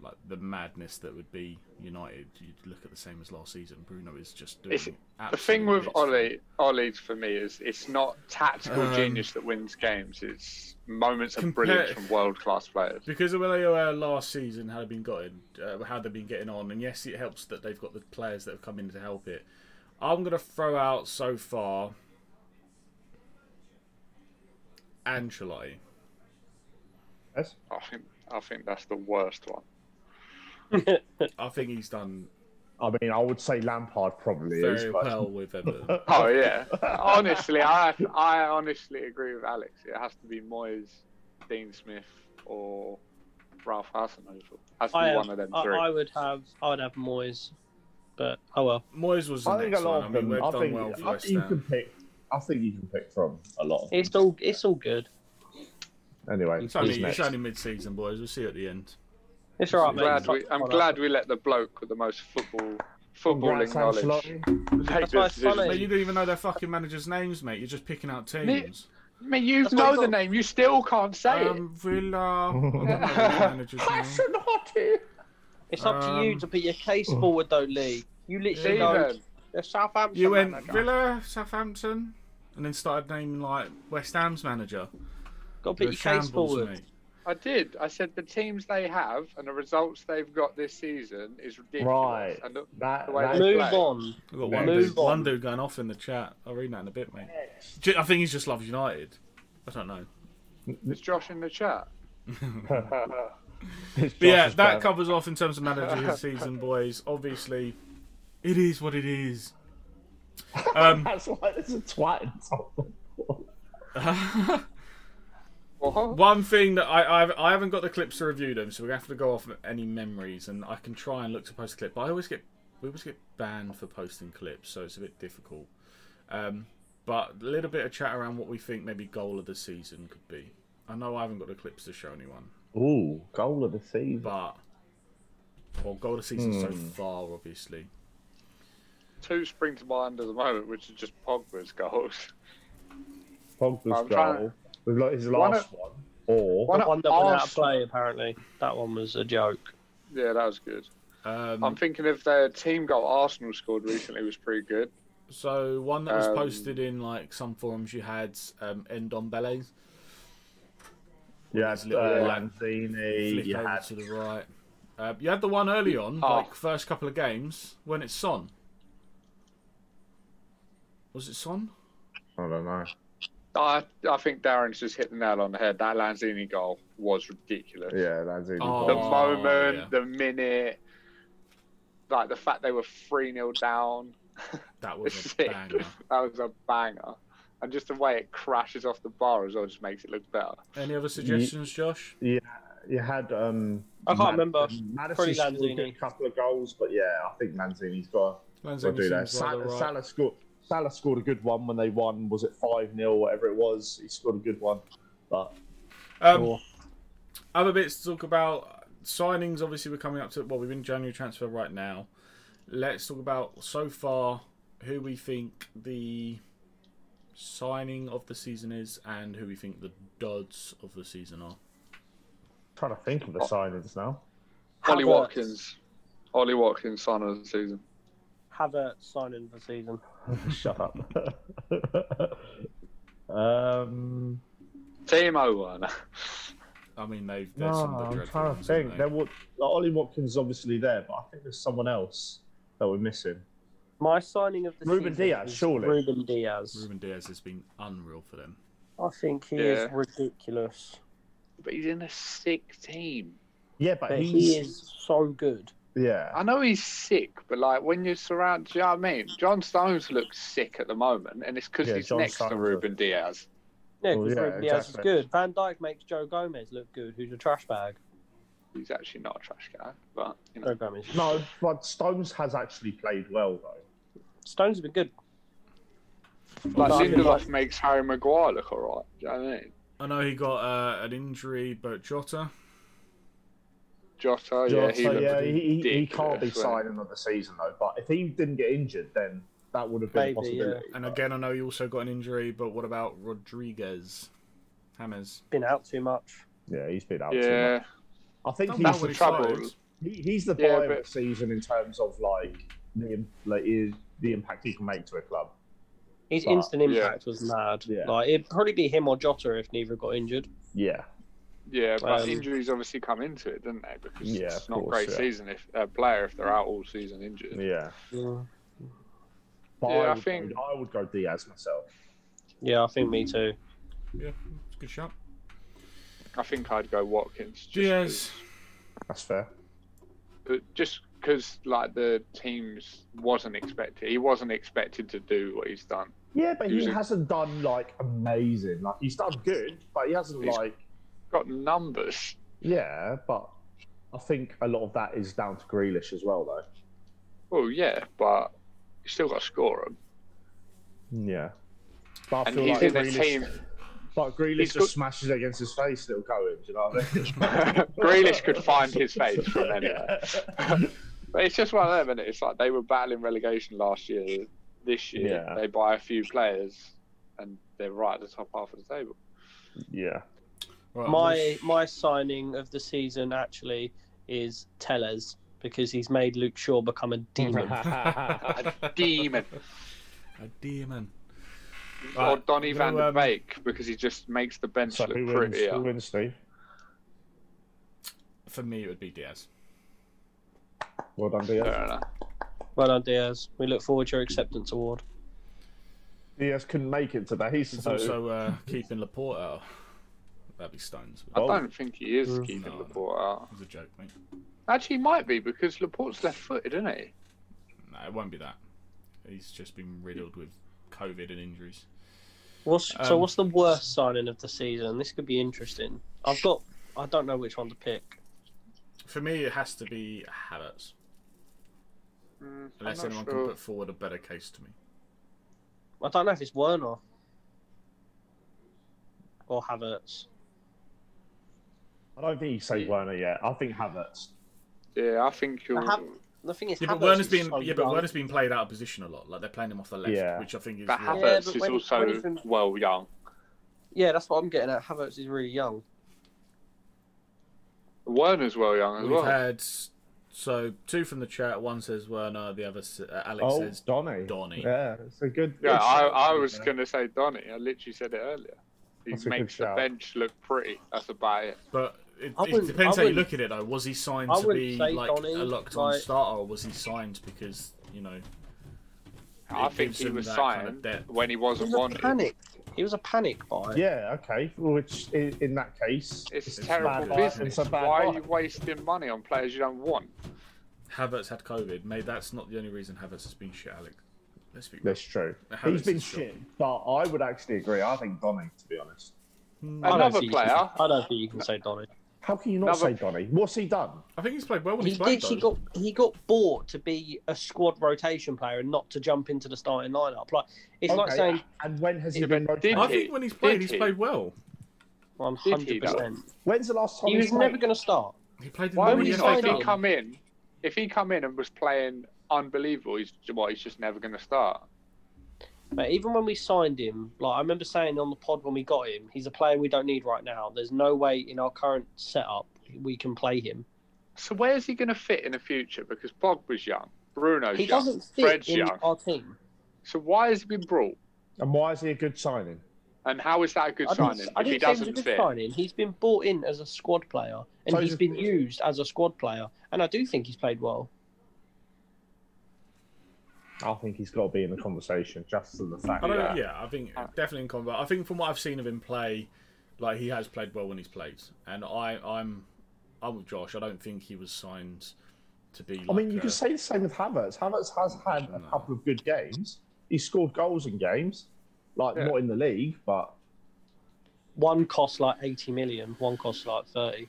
S1: like the madness that would be United. You'd look at the same as last season. Bruno is just doing.
S3: It's- The thing
S1: absolute
S3: with
S1: bits for them.
S3: Ollie, Ollie for me is it's not tactical
S1: Um,
S3: genius that wins games. It's moments of
S1: compare-
S3: brilliance from world class players.
S1: Because of where they were last season, how they've been gotten, uh, how they've been getting on, and yes, it helps that they've got the players that have come in to help it. I'm gonna throw out so far Ancelotti.
S2: Yes?
S3: I think I think that's the worst one.
S1: I think he's done
S2: I mean, I would say Lampard probably is,
S1: very
S2: but
S1: well with Everton.
S3: Oh yeah. honestly, I I honestly agree with Alex. It has to be Moyes, Dean Smith, or Ralph Hasenhüttl. Has to be
S6: I, have-
S3: one of them
S6: I,
S3: three.
S6: I would have I would have Moyes, but oh well.
S1: Moyes was the
S2: I think a
S1: next one.
S2: lot
S1: I
S2: of
S1: mean,
S2: them.
S1: we've
S2: I
S1: done
S2: think,
S1: well for
S2: I
S1: West
S2: think you can
S1: Ham.
S2: pick. I think you can pick from a lot. Of them.
S6: It's all it's all good.
S2: Anyway,
S1: It's
S2: who's
S1: only,
S2: next?
S1: it's only mid-season, boys. We'll see you at the end.
S6: It's all right,
S3: I'm
S6: mate.
S3: glad,
S6: Fuck
S3: we, I'm
S6: on
S3: glad
S6: up.
S3: we let the bloke with the most football
S2: Congrats,
S3: footballing knowledge
S2: Ancelotti.
S3: make
S6: That's why
S3: this
S6: it's funny.
S1: Mate,
S3: decision.
S1: you don't even know their fucking managers' names, mate. You're just picking out teams.
S3: I mean, you
S6: That's why I
S3: know the
S6: thought-
S3: name, you still can't say it.
S1: Um, Villa. I don't know their managers' names.
S6: It's up to you
S1: Um,
S6: to put your case forward, though, Lee. You literally know
S3: Steven,
S6: the Southampton.
S1: You went
S6: manager.
S1: Villa, Southampton, and then started naming like West Ham's manager.
S6: Got to put
S1: You're
S6: your
S1: a
S6: case forward.
S1: mate.
S3: I did. I said the teams they have and the results they've got this season is ridiculous.
S2: Right.
S3: And the-
S2: That,
S3: The way
S2: that-
S3: they
S6: Move
S3: Play.
S6: on.
S1: We've got one
S2: Move
S1: dude,
S6: on.
S1: one dude going off in the chat. I'll read that in a bit, mate. Ju- I think he just loves United. I don't know.
S3: Is Josh in the chat?
S2: It's
S1: But yeah,
S2: Josh's
S1: that
S2: bad.
S1: covers off in terms of manager of the season, boys. Obviously, it is what it is. Um,
S2: That's why there's a twat in top.
S3: What?
S1: One thing that I I've, I haven't got the clips to review them, so we have to go off any memories, and I can try and look to post a clip, but I always get we always get banned for posting clips, so it's a bit difficult. Um, but a little bit of chat around what we think maybe goal of the season could be. I know I haven't got the clips to show anyone,
S2: Ooh, goal of the season.
S1: but well, goal of the season so
S3: Hmm.
S1: far, obviously.
S3: Two spring to mind at the moment, which is just Pogba's goals.
S2: Pogba's
S3: I'm trying-
S2: goal. With like his
S3: One
S2: last one. Or
S3: One
S6: The one that went out of
S3: Arsenal-
S6: play, apparently. That one was a joke.
S3: Yeah, that was good.
S1: Um,
S3: I'm thinking of their team goal Arsenal scored recently was pretty good.
S1: so one that was
S3: Um,
S1: posted in like some forums you had um, Endon Bele's
S2: yeah, uh,
S1: little lad.
S2: Lanzini.
S1: flick
S2: You
S1: over
S2: had
S1: to the right. Uh, you had the one early on,
S3: Oh.
S1: like first couple of games, when it's Son. Was it Son?
S2: I don't know.
S3: I I think Darren's just hit the nail on the head. That Lanzini goal was ridiculous.
S2: Yeah, Lanzini.
S1: Oh.
S3: The
S2: goal.
S3: moment,
S1: yeah.
S3: the minute, like the fact they were three 0 down.
S1: That was a
S3: Sick.
S1: banger.
S3: That was a banger. And just the way it crashes off the bar as well just makes it look better.
S1: Any other suggestions, Josh?
S2: You had. Um,
S6: I can't remember.
S2: Madison
S6: Probably
S2: scored a
S6: Lanzini.
S2: couple of goals, but yeah, I think Lanzini's got to
S1: Lanzini
S2: do that.
S1: seems rather
S2: Salah,
S1: right.
S2: Salah scored. Salah scored a good one when they won. Was it five 0 whatever it was? He scored a good one, but
S1: Um, Other bits to talk about signings. Obviously, we're coming up to well, we're in January transfer right now. Let's talk about so far who we think the signing of the season is and who we think the duds of the season are.
S2: trying to think of the signings now.
S3: Ollie
S6: Havertz.
S3: Watkins. Ollie Watkins sign of the season.
S6: Havertz signing for the season.
S2: Shut up. um,
S3: Timo Werner.
S1: I mean, they've.
S2: no,
S1: There's some of the
S2: I'm
S1: dreadful
S2: trying to
S1: ones, aren't
S2: think.
S1: they?
S2: There were, like, Ollie Watkins is obviously there, but I think there's someone else that we're missing.
S6: My signing of the
S2: Ruben
S6: season.
S2: Diaz,
S6: is
S2: surely.
S6: Ruben Diaz.
S1: Ruben Diaz has been unreal for them.
S6: I think he is
S3: Yeah.
S6: ridiculous.
S3: But he's in a sick team.
S2: Yeah, but,
S6: But
S2: he's,
S6: he is so good.
S2: yeah.
S3: I know he's sick, but like when you're surrounded, do you know what I mean? John Stones looks sick at the moment, and it's because
S2: Yeah,
S3: he's
S2: John
S3: next to
S2: Stones
S3: Ruben Diaz.
S6: Yeah,
S2: Well,
S6: because
S2: yeah,
S6: Ruben Diaz is
S2: exactly.
S6: good. Van Dyke makes Joe Gomez look good, who's a trash bag.
S3: He's actually not a trash guy, but you know.
S6: Joe Gomez.
S2: No, but Stones has actually played well though.
S6: Stones have been good.
S3: Like
S6: Well,
S3: Lindelof makes Harry Maguire look alright. Do you know what I mean?
S1: I know he got uh, an injury, but Jota.
S3: Jota, Oh, yeah, he
S2: so,
S3: looked
S2: yeah, he, he, he can't be
S3: ridiculous, wasn't
S2: signing of the season though. But if he didn't get injured, then that would have been a
S6: Maybe, yeah.
S2: possibility.
S1: And again, I know he also got an injury, but what about Rodriguez? Hammers.
S6: Been out too much.
S2: Yeah, he's been out.
S3: he?
S2: Too much.
S3: Yeah,
S2: I think
S1: Don't
S2: he's
S1: know
S3: that's
S1: what
S3: the
S1: he
S3: trouble.
S1: signed.
S2: He, he's the
S3: Yeah,
S2: buy of
S3: but-
S2: the season in terms of like the im- like is the impact he can make to a club.
S6: His
S2: But-
S6: instant
S3: Yeah.
S6: impact was mad.
S2: Yeah.
S6: Like it'd probably be him or Jota if neither got injured.
S2: Yeah,
S3: Yeah, but
S6: Um,
S3: injuries obviously come into it, don't they? Because
S2: Yeah,
S3: it's
S2: of
S3: not a
S2: course,
S3: great
S2: yeah.
S3: season if a player if they're out all season injured.
S2: yeah.
S6: Yeah,
S2: But
S3: Yeah, I
S2: I, would
S3: think-
S2: go, I would go Diaz myself.
S6: I think me too.
S1: Yeah, it's a good shot.
S3: I think I'd go Watkins. Just
S1: Diaz.
S2: That's fair.
S3: but just because like the teams wasn't expected, he wasn't expected to do what he's done.
S2: Yeah, but he
S3: Usually-
S2: hasn't done like amazing. Like he's done good, but he hasn't
S3: He's-
S2: like
S3: Got numbers.
S2: yeah. But I think a lot of that is down to Grealish as well, though.
S3: Well, Oh, yeah, but you still got to score 'em.
S2: Yeah. But I
S3: and
S2: feel
S3: he's
S2: like
S3: in a
S2: Grealish,
S3: team.
S2: but Grealish
S3: he's
S2: just
S3: good-
S2: smashes it against his face, and it'll go in. Do you know what I mean?
S3: Grealish could find his face from anywhere.
S2: Yeah.
S3: But it's just one of them, and it's like they were battling relegation last year. This year,
S2: Yeah.
S3: they buy a few players, and they're right at the top half of the table.
S2: yeah.
S1: Right,
S6: My my signing of the season actually is Teles because he's made Luke Shaw become a demon.
S3: A demon,
S1: a demon.
S3: or
S1: Right,
S3: Donny
S1: who,
S3: Van de
S1: um,
S3: Beek, because he just makes the bench
S2: So who
S3: look
S2: wins? Who
S3: prettier.
S2: wins, Steve?
S1: For me, it would be Diaz.
S2: Well done, Diaz.
S3: Fair enough.
S6: well done, Diaz. We lock forward to your acceptance award.
S2: Diaz couldn't make it today,
S1: He's
S2: so
S1: also uh, keeping Laporte out. That'd be stones.
S3: I
S1: But
S2: Oh.
S3: don't think he is
S6: Mm.
S3: keeping
S1: No, no.
S3: Laporte out.
S1: it was a joke, mate.
S3: Actually, he might be because Laporte's left-footed, isn't he?
S1: No, it won't be that. He's just been riddled with COVID and injuries.
S6: What's so?
S1: Um,
S6: What's the worst signing of the season? This could be interesting. I've got. I don't know which one to pick.
S1: For me, it has to be Havertz,
S3: Mm, I'm
S1: unless
S3: not
S1: anyone
S3: sure.
S1: can put forward a better case to me.
S6: I don't know if it's Werner or Havertz.
S2: I don't think you say
S3: Yeah.
S2: Werner yet. I think Havertz.
S3: Yeah, I think you'll.
S6: have- The thing is,
S1: Yeah, but
S6: Havertz
S1: Werner's
S6: is
S1: been
S6: so
S1: yeah, but
S6: young.
S1: Werner's been played out of position a lot. Like they're playing him off the left,
S2: Yeah.
S1: which I think is.
S3: But
S1: wrong.
S6: Yeah,
S3: Havertz
S6: but
S3: is
S6: when-
S3: also
S6: when he's been-
S3: well young.
S6: Yeah, that's what I'm getting at. Havertz is really young.
S3: Werner's well young as
S1: We've
S3: well.
S1: had so two from the chat. One says Werner, the other s- uh, Alex
S2: Oh,
S1: says
S2: Donny.
S1: Donny.
S2: Yeah, it's a good.
S3: Yeah,
S2: good
S3: I,
S2: shout,
S3: I
S2: you
S3: was
S2: know.
S3: going to say Donny. I literally said it earlier. He
S2: That's a good
S3: makes the
S2: shout.
S3: bench look pretty. That's about it.
S1: But it,
S6: I
S1: it
S6: wouldn't-
S1: depends
S6: I
S1: how you
S6: wouldn't-
S1: look at it, though. Was he signed
S6: I
S1: to
S6: wouldn't
S1: be
S6: say
S1: like
S6: Donny,
S1: a locked-on
S6: like-
S1: starter, or was he signed because you know?
S3: I
S1: it
S3: think
S1: gives
S3: he
S1: him
S3: was
S1: that kind
S3: signed
S1: of depth.
S3: when he
S6: He
S3: wasn't
S6: was a
S3: wanted.
S6: panic. He was a panic buy.
S2: Yeah. Okay. Which in, in that case,
S3: It's,
S1: It's
S3: terrible
S1: bad
S3: business.
S2: It's a bad
S3: Why are
S2: buy.
S3: you wasting money on players you don't want?
S1: Havertz had COVID. Maybe that's not the only reason Havertz has been shit, Alex. Let's be real.
S2: that's true.
S1: Havertz
S2: He's been
S1: is shot.
S2: shit, but I would actually agree. I think Donny, to be honest.
S6: I don't
S3: Another
S6: think you
S3: player.
S6: Can, I don't think you can say Donny.
S2: How can you not
S3: Another-
S2: say Donny? What's he done?
S1: I think he's played well when
S6: He
S1: he's played.
S6: literally
S1: though.
S6: got he got bought to be a squad rotation player and not to jump into the starting lineup. Like it's like
S2: Okay,
S6: saying
S2: And when has he
S3: Yeah,
S2: been
S3: but did
S2: rotated?
S1: I
S3: he?
S1: think when he's played,
S3: Did
S1: he's
S3: he?
S1: played well.
S6: one
S3: Did he
S6: hundred
S3: though?
S6: percent.
S2: When's the last time
S6: He was
S2: played?
S6: never going to start.
S1: He played in
S3: Why
S1: the
S3: would
S6: he
S3: you
S1: FA
S3: not?
S6: sign
S3: If
S1: Cup.
S3: he
S6: him?
S3: come in, if he come in and was playing unbelievable, he's what? He's just never going to start.
S6: But even when we signed him, like I remember saying on the pod when we got him, he's a player we don't need right now. There's no way in our current setup we can play him.
S3: So where's he going to fit in the future? Because Pogba's young, Bruno's
S6: He
S3: young,
S6: doesn't fit
S3: Fred's
S6: in
S3: young.
S6: our team.
S3: So why has he been brought?
S2: And why is he a good signing?
S3: And how is that a good
S6: I didn't-
S3: signing
S6: I
S3: if he
S6: didn't say it was a
S3: doesn't
S6: good
S3: fit?
S6: signing. He's been bought in as a squad player, and
S2: So
S6: he's
S2: he's-
S6: been used as a squad player. And I do think he's played well.
S2: I think he's got to be in the conversation just for the fact
S1: I don't,
S2: that
S1: yeah. I think
S3: Uh.
S1: definitely in combat. I think from what I've seen of him play, like he has played well when he's played, and I, I'm, I'm with Josh. I don't think he was signed to be. Like uh,
S2: I mean, you
S1: a-
S2: can say the same with Havertz. Havertz has had a couple of good games. He scored goals in games, like
S3: Yeah.
S2: not in the league, but
S6: One cost like 80 million, one cost like 30.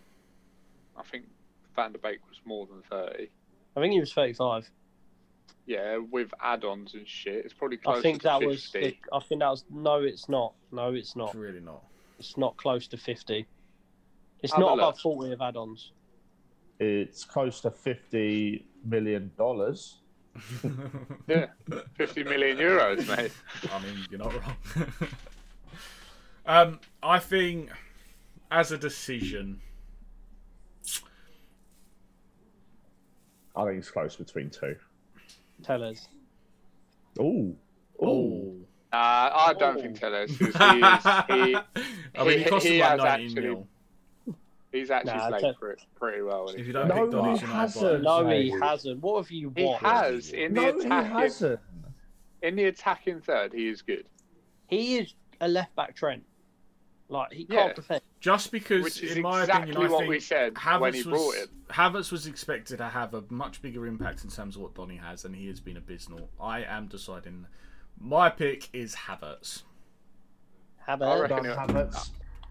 S3: I think Van der Beek was more than 30.
S6: I think he was 35.
S3: Yeah, with add-ons and shit, it's probably close
S6: I think
S3: to
S6: that
S3: 50.
S6: was. The, I think that was. No, it's not. No, it's not.
S1: it's really not.
S6: It's not close to 50. It's
S3: Have a
S6: not
S3: look.
S6: about 40 of add-ons.
S2: it's close to fifty million dollars.
S3: Yeah, 50 million euros, mate.
S1: I mean, you're not wrong. um, I think as a decision,
S2: I think it's close between two.
S6: Tell us.
S2: Ooh.
S1: Oh.
S2: Ooh.
S3: Uh, I don't
S5: Oh.
S3: think Tellez is.
S1: I
S3: He,
S1: mean, it cost
S3: he
S1: him like
S3: has
S1: 19
S3: actually-
S1: mil.
S3: he's actually
S6: Nah,
S3: played
S6: Tell-
S3: pretty, pretty well.
S1: If you don't
S2: No,
S1: pick Donners,
S2: he
S1: you know, I'd buy
S2: hasn't.
S1: it.
S6: No, he
S2: No.
S6: hasn't. What have you
S3: He
S6: watched?
S3: has in the
S2: No, he
S3: attacking
S2: hasn't.
S3: in the attacking third. He is good.
S6: He is a left back Trent. Like he
S3: Yeah.
S6: can't defend.
S1: Just because,
S3: Which is
S1: in my
S3: exactly
S1: opinion, I
S3: what
S1: think
S3: we said
S1: Havertz
S3: when he
S1: was,
S3: brought it.
S1: Havertz was expected to have a much bigger impact in terms of what Donny has, and he has been abysmal. I am deciding. My pick is Havertz.
S6: Have
S3: I
S6: a
S3: reckon
S2: Don't
S3: it'll-
S2: have it.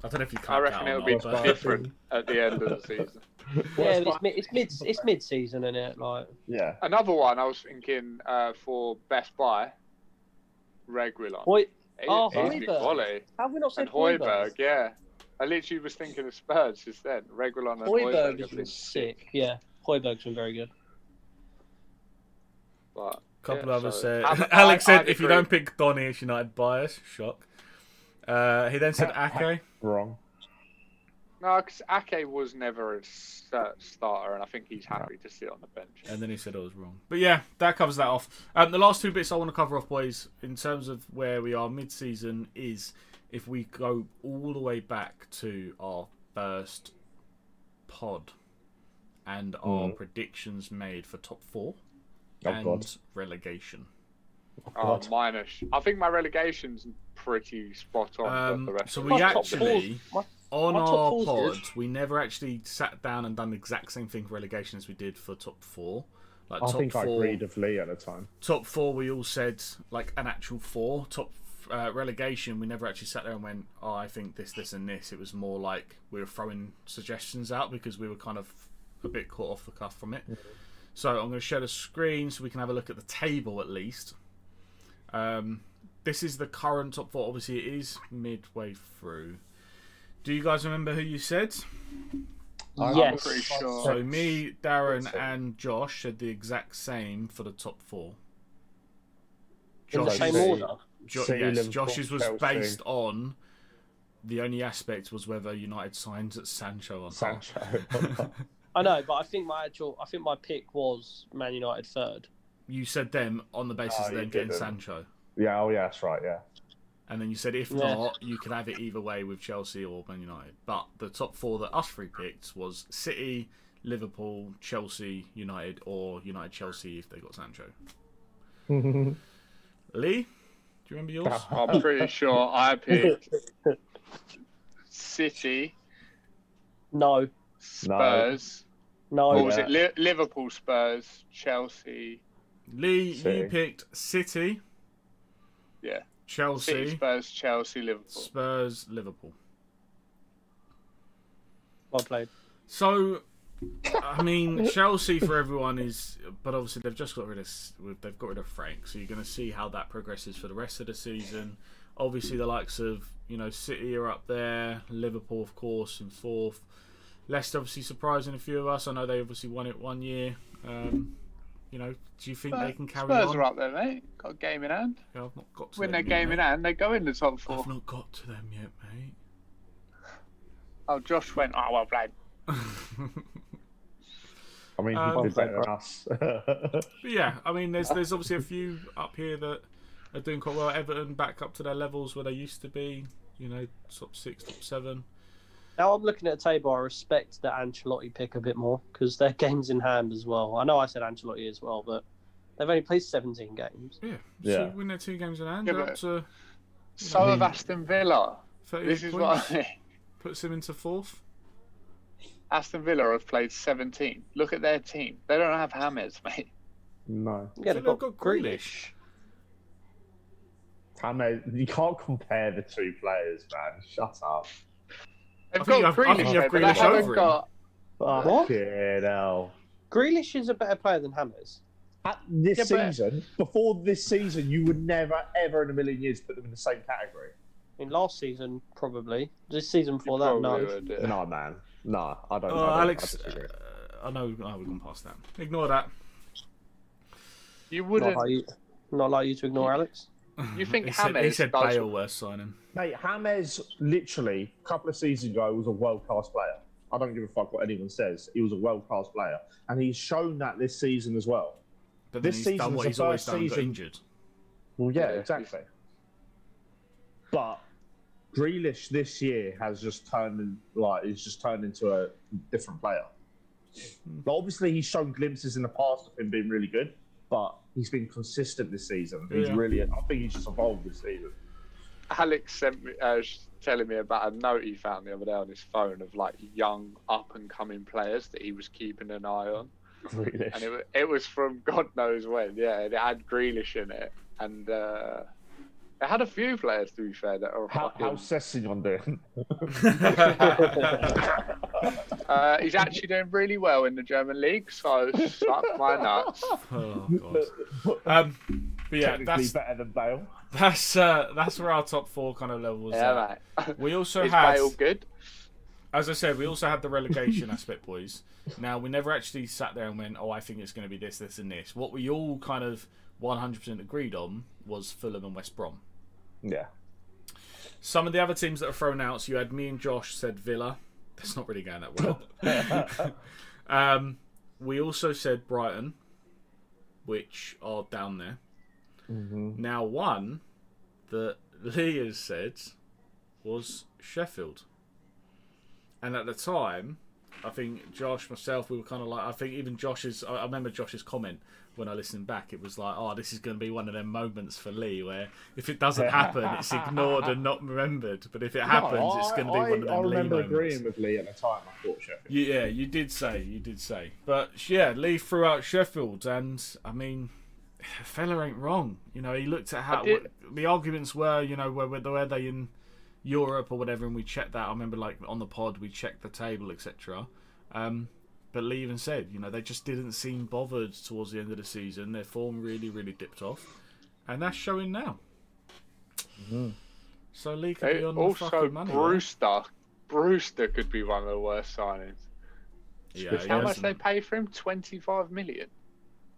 S1: I don't know if you cut
S3: I reckon
S1: that
S3: it'll
S1: or
S3: be
S1: not, but-
S3: different at the end of the season.
S6: yeah, but it's, mid, it's mid it's mid season, isn't it? Like
S2: Yeah.
S3: Another one I was thinking uh, for Best Buy, Reguilon.
S6: Hoy-
S3: He-
S6: oh,
S3: he's been
S6: Hoiberg.
S3: quality.
S6: have we not said
S3: And Hoiberg,
S6: Hoiberg?
S3: yeah. I literally was thinking of Spurs just then. Reguilon and
S6: Hoiberg
S3: Hoiberg.
S6: has
S3: have
S6: been
S3: been
S6: sick. Yeah, Hoiberg's been very good.
S3: But
S1: couple
S3: Yeah,
S1: others
S3: so-
S1: said.
S3: I-
S1: Alex
S3: I-
S1: said,
S3: I'd
S1: if you
S3: agree.
S1: don't pick Donny, it's United bias. Shock. Uh, he then said Ake.
S2: Wrong.
S3: no, because Ake was never a cer- starter, and I think he's happy to sit on the bench.
S1: And then he said I was wrong. But yeah, that covers that off. Um, the last two bits I want to cover off, boys, in terms of where we are mid season, is if we go all the way back to our first pod and our predictions made for top four
S2: Oh,
S1: and
S2: God.
S1: relegation.
S3: oh,
S2: God.
S3: minus. I think my relegation's pretty spot on. but
S1: Um,
S3: Oh, the rest
S1: so
S3: of
S1: we
S3: it's
S6: My top
S1: actually-
S6: four-
S1: on
S6: My top
S1: our
S6: four's
S1: pod,
S6: good.
S1: we never actually sat down and done the exact same thing for relegation as we did for top four. Like
S2: I
S1: top
S2: think
S1: four,
S2: I agreed with Lee at the time.
S1: top four, we all said like an actual four. Top uh, relegation, we never actually sat there and went, "Oh, I think this, this, and this." It was more like we were throwing suggestions out because we were kind of a bit caught off the cuff from it. So I'm going to share the screen so we can have a look at the table at least. Um, this is the current top four. Obviously, it is midway through. Do you guys remember who you said?
S2: I-
S3: I'm
S6: yes.
S3: pretty sure.
S1: So me, Darren,
S2: Six.
S1: and Josh said the exact same for the top four.
S6: in the
S2: Josh
S6: same
S2: is-
S6: order.
S1: Jo-
S2: City,
S1: yes,
S2: Liverpool,
S1: Josh's was
S2: Chelsea.
S1: based on the only aspect was whether United signs at Sancho or not.
S2: Sancho.
S6: I know, but I think my actual I think my pick was Man United third.
S1: you said them on the basis
S2: No,
S6: Ah,
S1: of
S2: you
S1: them getting
S2: didn't.
S1: Sancho,
S2: yeah, oh yeah, that's right, yeah.
S1: and then you said if
S6: Yeah.
S1: not, you could have it either way with Chelsea or Man United. But the top four that us three picked was City, Liverpool, Chelsea, United, or United Chelsea if they got Sancho. Lee, do you remember yours?
S3: I'm pretty sure I picked City,
S6: No,
S3: Spurs.
S6: no,
S3: Or was
S2: Yeah.
S3: it Li- Liverpool, Spurs, Chelsea?
S1: Lee, you
S2: City.
S1: picked City,
S3: Yeah. City,
S1: Chelsea,
S3: Spurs, Chelsea, Liverpool.
S1: Spurs, Liverpool.
S6: well played.
S1: So, I mean, Chelsea for everyone is, but obviously they've just got rid of they've got rid of Frank. So you're going to see how that progresses for the rest of the season. Obviously, the likes of you know City are up there, Liverpool of course in fourth. Leicester obviously surprising a few of us. I know they obviously won it one year. Um, you know, do you think they can carry
S3: Spurs
S1: on?
S3: are up there, mate. Got a game in hand.
S1: Yeah, I've not got to
S3: Win
S1: them
S3: their game
S1: yet,
S3: in
S1: mate.
S3: hand, they go in the top four.
S1: I've not got to them yet, mate.
S3: Oh, Josh went, oh, well played.
S2: I mean,
S1: Um,
S2: he did better than us.
S1: But yeah, I mean, there's there's obviously a few up here that are doing quite well. Everton back up to their levels where they used to be. You know, top six, top seven.
S6: Now I'm looking at a table. I respect the Ancelotti pick a bit more because their games in hand as well. I know I said Ancelotti as well, but they've only played 17 games.
S1: Yeah,
S2: Yeah.
S1: So win their two games in hand,
S3: Yeah,
S1: they're
S3: but-
S1: up to
S3: So have Aston Villa.
S1: 38
S3: This is
S1: points.
S3: what I mean.
S1: Puts them into fourth.
S3: Aston Villa have played 17. Look at their team. They don't have Hammers, mate.
S2: no.
S1: So
S6: Yeah, they've
S1: they've
S6: got,
S1: got
S6: Grealish.
S2: Hamed, you can't compare the two players, man. Shut up.
S3: They've
S1: think you
S3: got
S1: have- I think
S3: Grealish,
S1: you
S3: mate,
S1: have
S3: but
S1: Grealish
S3: they
S1: over
S3: haven't
S1: him.
S3: got.
S6: What?
S2: Fucking hell.
S6: uh, Grealish is a better player than Hammers.
S2: At this
S3: Yeah, but-
S2: season, before this season, you would never, ever in a million years put them in the same category.
S6: I mean, last season probably. This season before that,
S3: Probably
S6: no.
S3: would, yeah.
S2: No, man. No, I don't. I
S1: Oh,
S2: don't- I
S1: Alex,
S2: disagree.
S1: uh, I know no, we've gone past that. Ignore that.
S3: You
S6: Not
S3: wouldn't.
S6: like you, not like you to ignore Alex.
S3: You think
S1: he said, he
S3: James
S1: said
S3: does-
S1: Bale worth signing.
S2: Mate, James literally a couple of seasons ago was a world class player. I don't give a fuck what anyone says. He was a world class player, and he's shown that this season as well.
S1: But then
S2: This
S1: he's
S2: season's
S1: done what
S2: the
S1: he's always
S2: first
S1: done and got
S2: season-
S1: injured.
S2: Well, yeah,
S3: Yeah.
S2: exactly. But Grealish this year has just turned in- like he's just turned into a different player. But obviously, he's shown glimpses in the past of him being really good, but he's been consistent this season. He's
S1: Yeah.
S2: really, I think he's just evolved this season.
S3: Alex sent me uh, sh- telling me about a note he found the other day on his phone of like young up and coming players that he was keeping an eye on,
S2: Grealish.
S3: and it wa- it was from God knows when. Yeah, and it had Grealish in it, and uh, it had a few players to be fair that are.
S2: How,
S3: fucking-
S2: how's Sessignon doing?
S3: uh, he's actually doing really well in the German league, so suck my nuts.
S1: oh god. Um, but yeah,
S2: Technically
S1: that's
S2: better than Bale.
S1: that's uh, that's where our top four kind of levels.
S3: Yeah, mate.
S1: We also
S3: Is
S1: had
S3: Bale good?
S1: as I said, we also had the relegation aspect, boys. Now, we never actually sat there and went, oh, I think it's going to be this, this, and this. What we all kind of 100% agreed on was Fulham and West Brom.
S2: Yeah.
S1: Some of the other teams that are thrown out, so you had me and Josh said Villa. That's not really going that well. um, we also said Brighton, which are down there.
S2: Mm-hmm.
S1: Now, one that Lee has said was Sheffield. And at the time, I think Josh, myself, we were kind of like, I think even Josh's, I I remember Josh's comment when I listened back. It was like, oh, this is going to be one of them moments for Lee where if it doesn't happen, it's ignored and not remembered. But if it happens,
S2: No,
S1: it's going to be
S2: I,
S1: one of them
S2: I, I
S1: Lee
S2: remember
S1: moments.
S2: agreeing with Lee at the time. I thought Sheffield.
S1: You- Yeah, you did say, you did say. But yeah, Lee threw out Sheffield, and I mean, fella ain't wrong. You know, he looked at how
S3: I did-
S1: what the arguments were. You know, where where were they in Europe or whatever, and we checked that. I remember, like on the pod, we checked the table, etc. Um, but Lee even said, you know, they just didn't seem bothered towards the end of the season. Their form really, really dipped off, and that's showing now. So Lee could
S3: Hey,
S1: be on the
S3: also,
S1: fucking money. right?
S3: Brewster. Brewster could be one of the worst signings.
S1: yeah, he
S3: How
S1: has
S3: much
S1: some-
S3: they pay for him? Twenty-five million,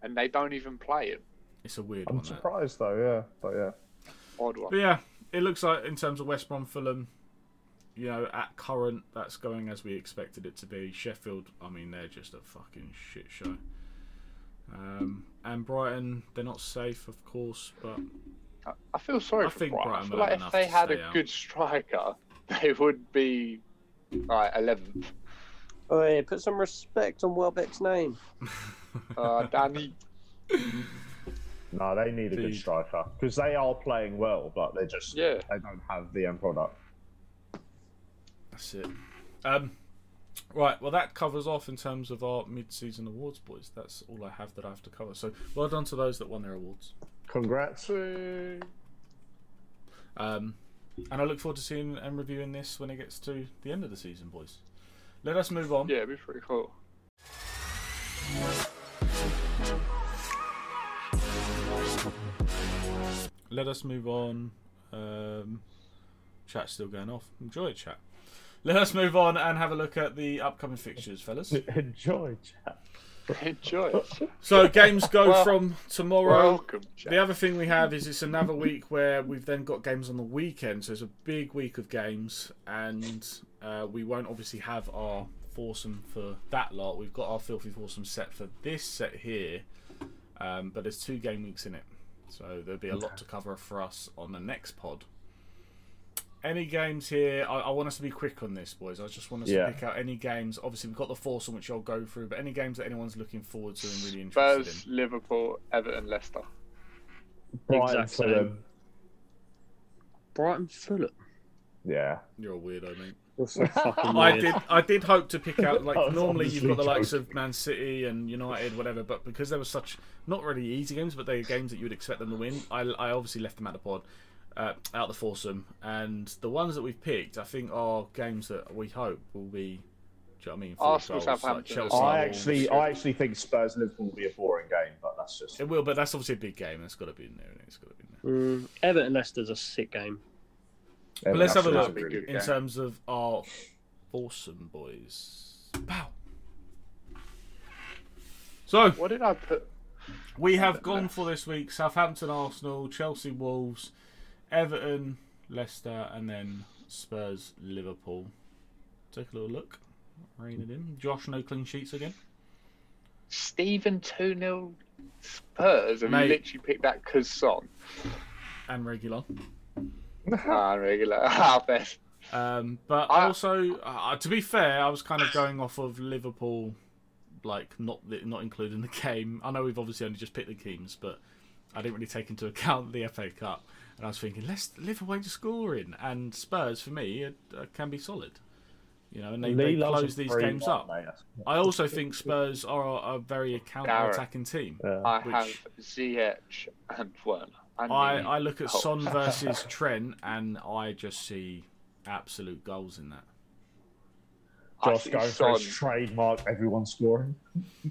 S3: and they don't even play him.
S1: It's a weird
S2: I'm
S1: one. That.
S2: surprised though. Yeah, but yeah.
S3: Odd one.
S1: But yeah, it looks like in terms of West Brom, Fulham, you know, at current, that's going as we expected it to be. Sheffield, I mean, they're just a fucking shit show. Um, and Brighton, they're not safe, of course, but
S3: I- I feel sorry
S1: I
S3: for
S1: think
S3: Brighton. I
S1: Brighton
S3: feel
S1: will have
S3: like if
S1: enough
S3: they
S1: to
S3: had
S1: stay
S3: a
S1: out.
S3: good striker, they would be like eleventh.
S6: Oh, yeah, put some respect on Welbeck's name.
S3: Uh, Danny,
S2: No, they need a good
S1: Dude.
S2: striker because they are playing well, but they just
S3: Yeah.
S2: they don't have the end product.
S1: that's it. Um, right, well, that covers off in terms of our mid season awards, boys. That's all I have that I have to cover. So well done to those that won their awards.
S2: Congrats.
S1: Um, and I look forward to seeing and reviewing this when it gets to the end of the season, boys. Let us move on.
S3: yeah, it'd be pretty cool.
S1: let us move on. Um, chat's still going off. Enjoy it, chat. Let us move on and have a look at the upcoming fixtures, fellas.
S2: Enjoy. Jack.
S3: Enjoy it.
S1: So games go
S3: Well-
S1: from tomorrow.
S3: Welcome, Jack.
S1: The other thing we have is it's another week where we've then got games on the weekend, so it's a big week of games, and uh, we won't obviously have our foursome for that lot. We've got our filthy foursome set for this set here, um, but there's two game weeks in it, so there'll be a lot to cover for us on the next pod. Any games here? I, I want us to be quick on this, boys. I just want us
S2: Yeah.
S1: to pick out any games. Obviously, we've got the foursome which I'll go through, but any games that anyone's looking forward to and really interested
S3: Spurs,
S1: in.
S3: Liverpool, Everton, Leicester.
S2: Brighton
S6: Exact same.
S2: Fulham.
S6: Brighton Fulham.
S2: Yeah.
S1: You're a weirdo, mate.
S6: You're so fucking
S1: I
S6: weird.
S1: did. I did hope to pick out
S2: I
S1: like
S2: was
S1: normally you've got the
S2: obviously
S1: likes of Man City and United, whatever. But because they were such not really easy games, but they are games that you would expect them to win. I, I obviously left them out of the pod, uh, out the foursome, and the ones that we've picked, I think, are games that we hope will be. Do you know what I mean? Full
S3: Arsenal,
S1: goals, like
S3: Southampton.
S1: Chelsea,
S3: So-
S2: I
S1: Wolves.
S2: actually, I actually think Spurs Liverpool will be a boring game, but that's just
S1: It will, but that's obviously a big game. That's got to be in there. and It's got to be in there.
S6: Mm, Everton Leicester's a sick game.
S1: But let's have a
S2: That's
S1: look
S2: really
S3: good.
S1: in
S3: game.
S1: terms of our foursome boys. Pow. So
S3: What did I put?
S1: We have gone for this week Southampton, Arsenal, Chelsea, Wolves, Everton, Leicester, and then Spurs, Liverpool. Take a little look. Rein it in. Josh, no clean sheets again.
S3: Stephen 2 0 Spurs and
S1: Mate.
S3: literally picked that because Son.
S1: And regular.
S3: Ah, regular. Ah, best.
S1: Um, but
S3: I-
S1: also, uh, to be fair, I was kind of going off of Liverpool, like not the- not including the game. I know we've obviously only just picked the teams, but I didn't really take into account the FA Cup. And I was thinking, let's live away to scoring. And Spurs, for me, it, uh, can be solid. You know, and they, they
S2: Lee loves
S1: close
S2: a
S1: these
S2: free
S1: games
S2: one,
S1: up.
S2: mate. That's-
S1: I also think Spurs are a very counter-attacking team.
S2: Yeah.
S3: I
S1: Which-
S3: have ZH and Werner. And
S1: I, I look at
S3: Oh.
S1: Son versus Trent, and I just see absolute goals in that.
S2: Josh
S3: see
S2: going for
S3: Son.
S2: his trademark, everyone scoring.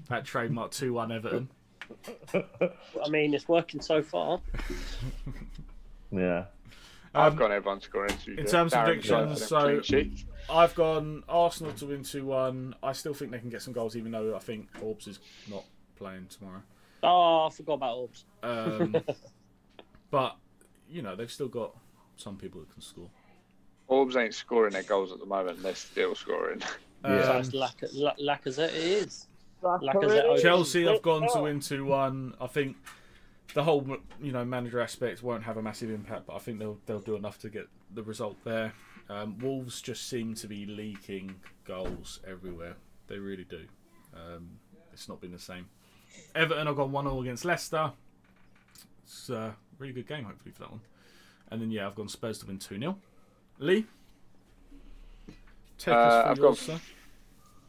S1: That trademark two-one Everton.
S6: I mean, it's working so far.
S2: Yeah.
S3: I've
S1: Um,
S3: gone everyone scoring. to be
S1: in
S3: fair.
S1: terms of
S3: Darren
S1: predictions,
S3: Jones,
S1: so-
S3: clean sheets.
S1: I've gone Arsenal to win 2 1. I still think they can get some goals, even though I think Orbs is not playing tomorrow.
S6: Oh, I forgot about Orbs.
S1: Um, but, you know, they've still got some people that can score.
S3: Orbs ain't scoring their goals at the moment. They're still scoring.
S2: Yeah.
S1: Um,
S6: That's Lac- La- Lacazette. It is.
S1: Chelsea, I've gone to win 2 1. I think the whole, you know, manager aspect won't have a massive impact, but I think they'll, they'll do enough to get the result there. Um, Wolves just seem to be leaking goals everywhere. They really do. Um, it's not been the same. Everton, I've gone 1 0 against Leicester. It's a really good game, hopefully, for that one. And then, yeah, I've gone Spurs to win 2 0. Lee? Take
S3: Uh,
S1: us
S3: I've
S1: through yours,
S3: got-
S1: sir.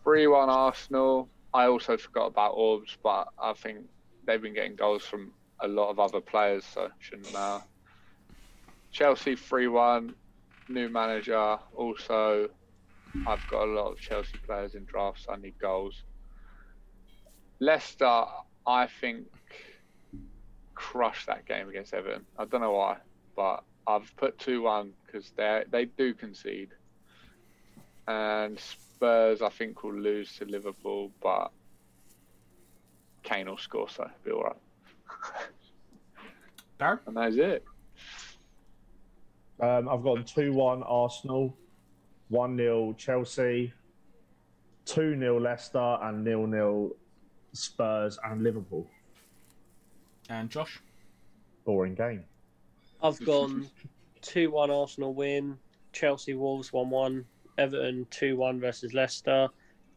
S3: 3 1 Arsenal. I also forgot about Orbs, but I think they've been getting goals from a lot of other players, so it shouldn't matter. Chelsea 3 1, new manager. Also, I've got a lot of Chelsea players in drafts. I need goals. Leicester, I think, crushed that game against Everton. I don't know why, but I've put 2 1 because they do concede and Spurs I think will lose to Liverpool, but Kane will score, so it'll be all right.
S1: Darren?
S3: And that's it.
S2: Um, I've got 2 1 Arsenal, 1 0 Chelsea, 2 0 Leicester, and 0 0 Spurs and Liverpool.
S1: And Josh?
S2: Boring game.
S6: I've gone 2 1 Arsenal win, Chelsea Wolves 1 1, Everton 2 1 versus Leicester,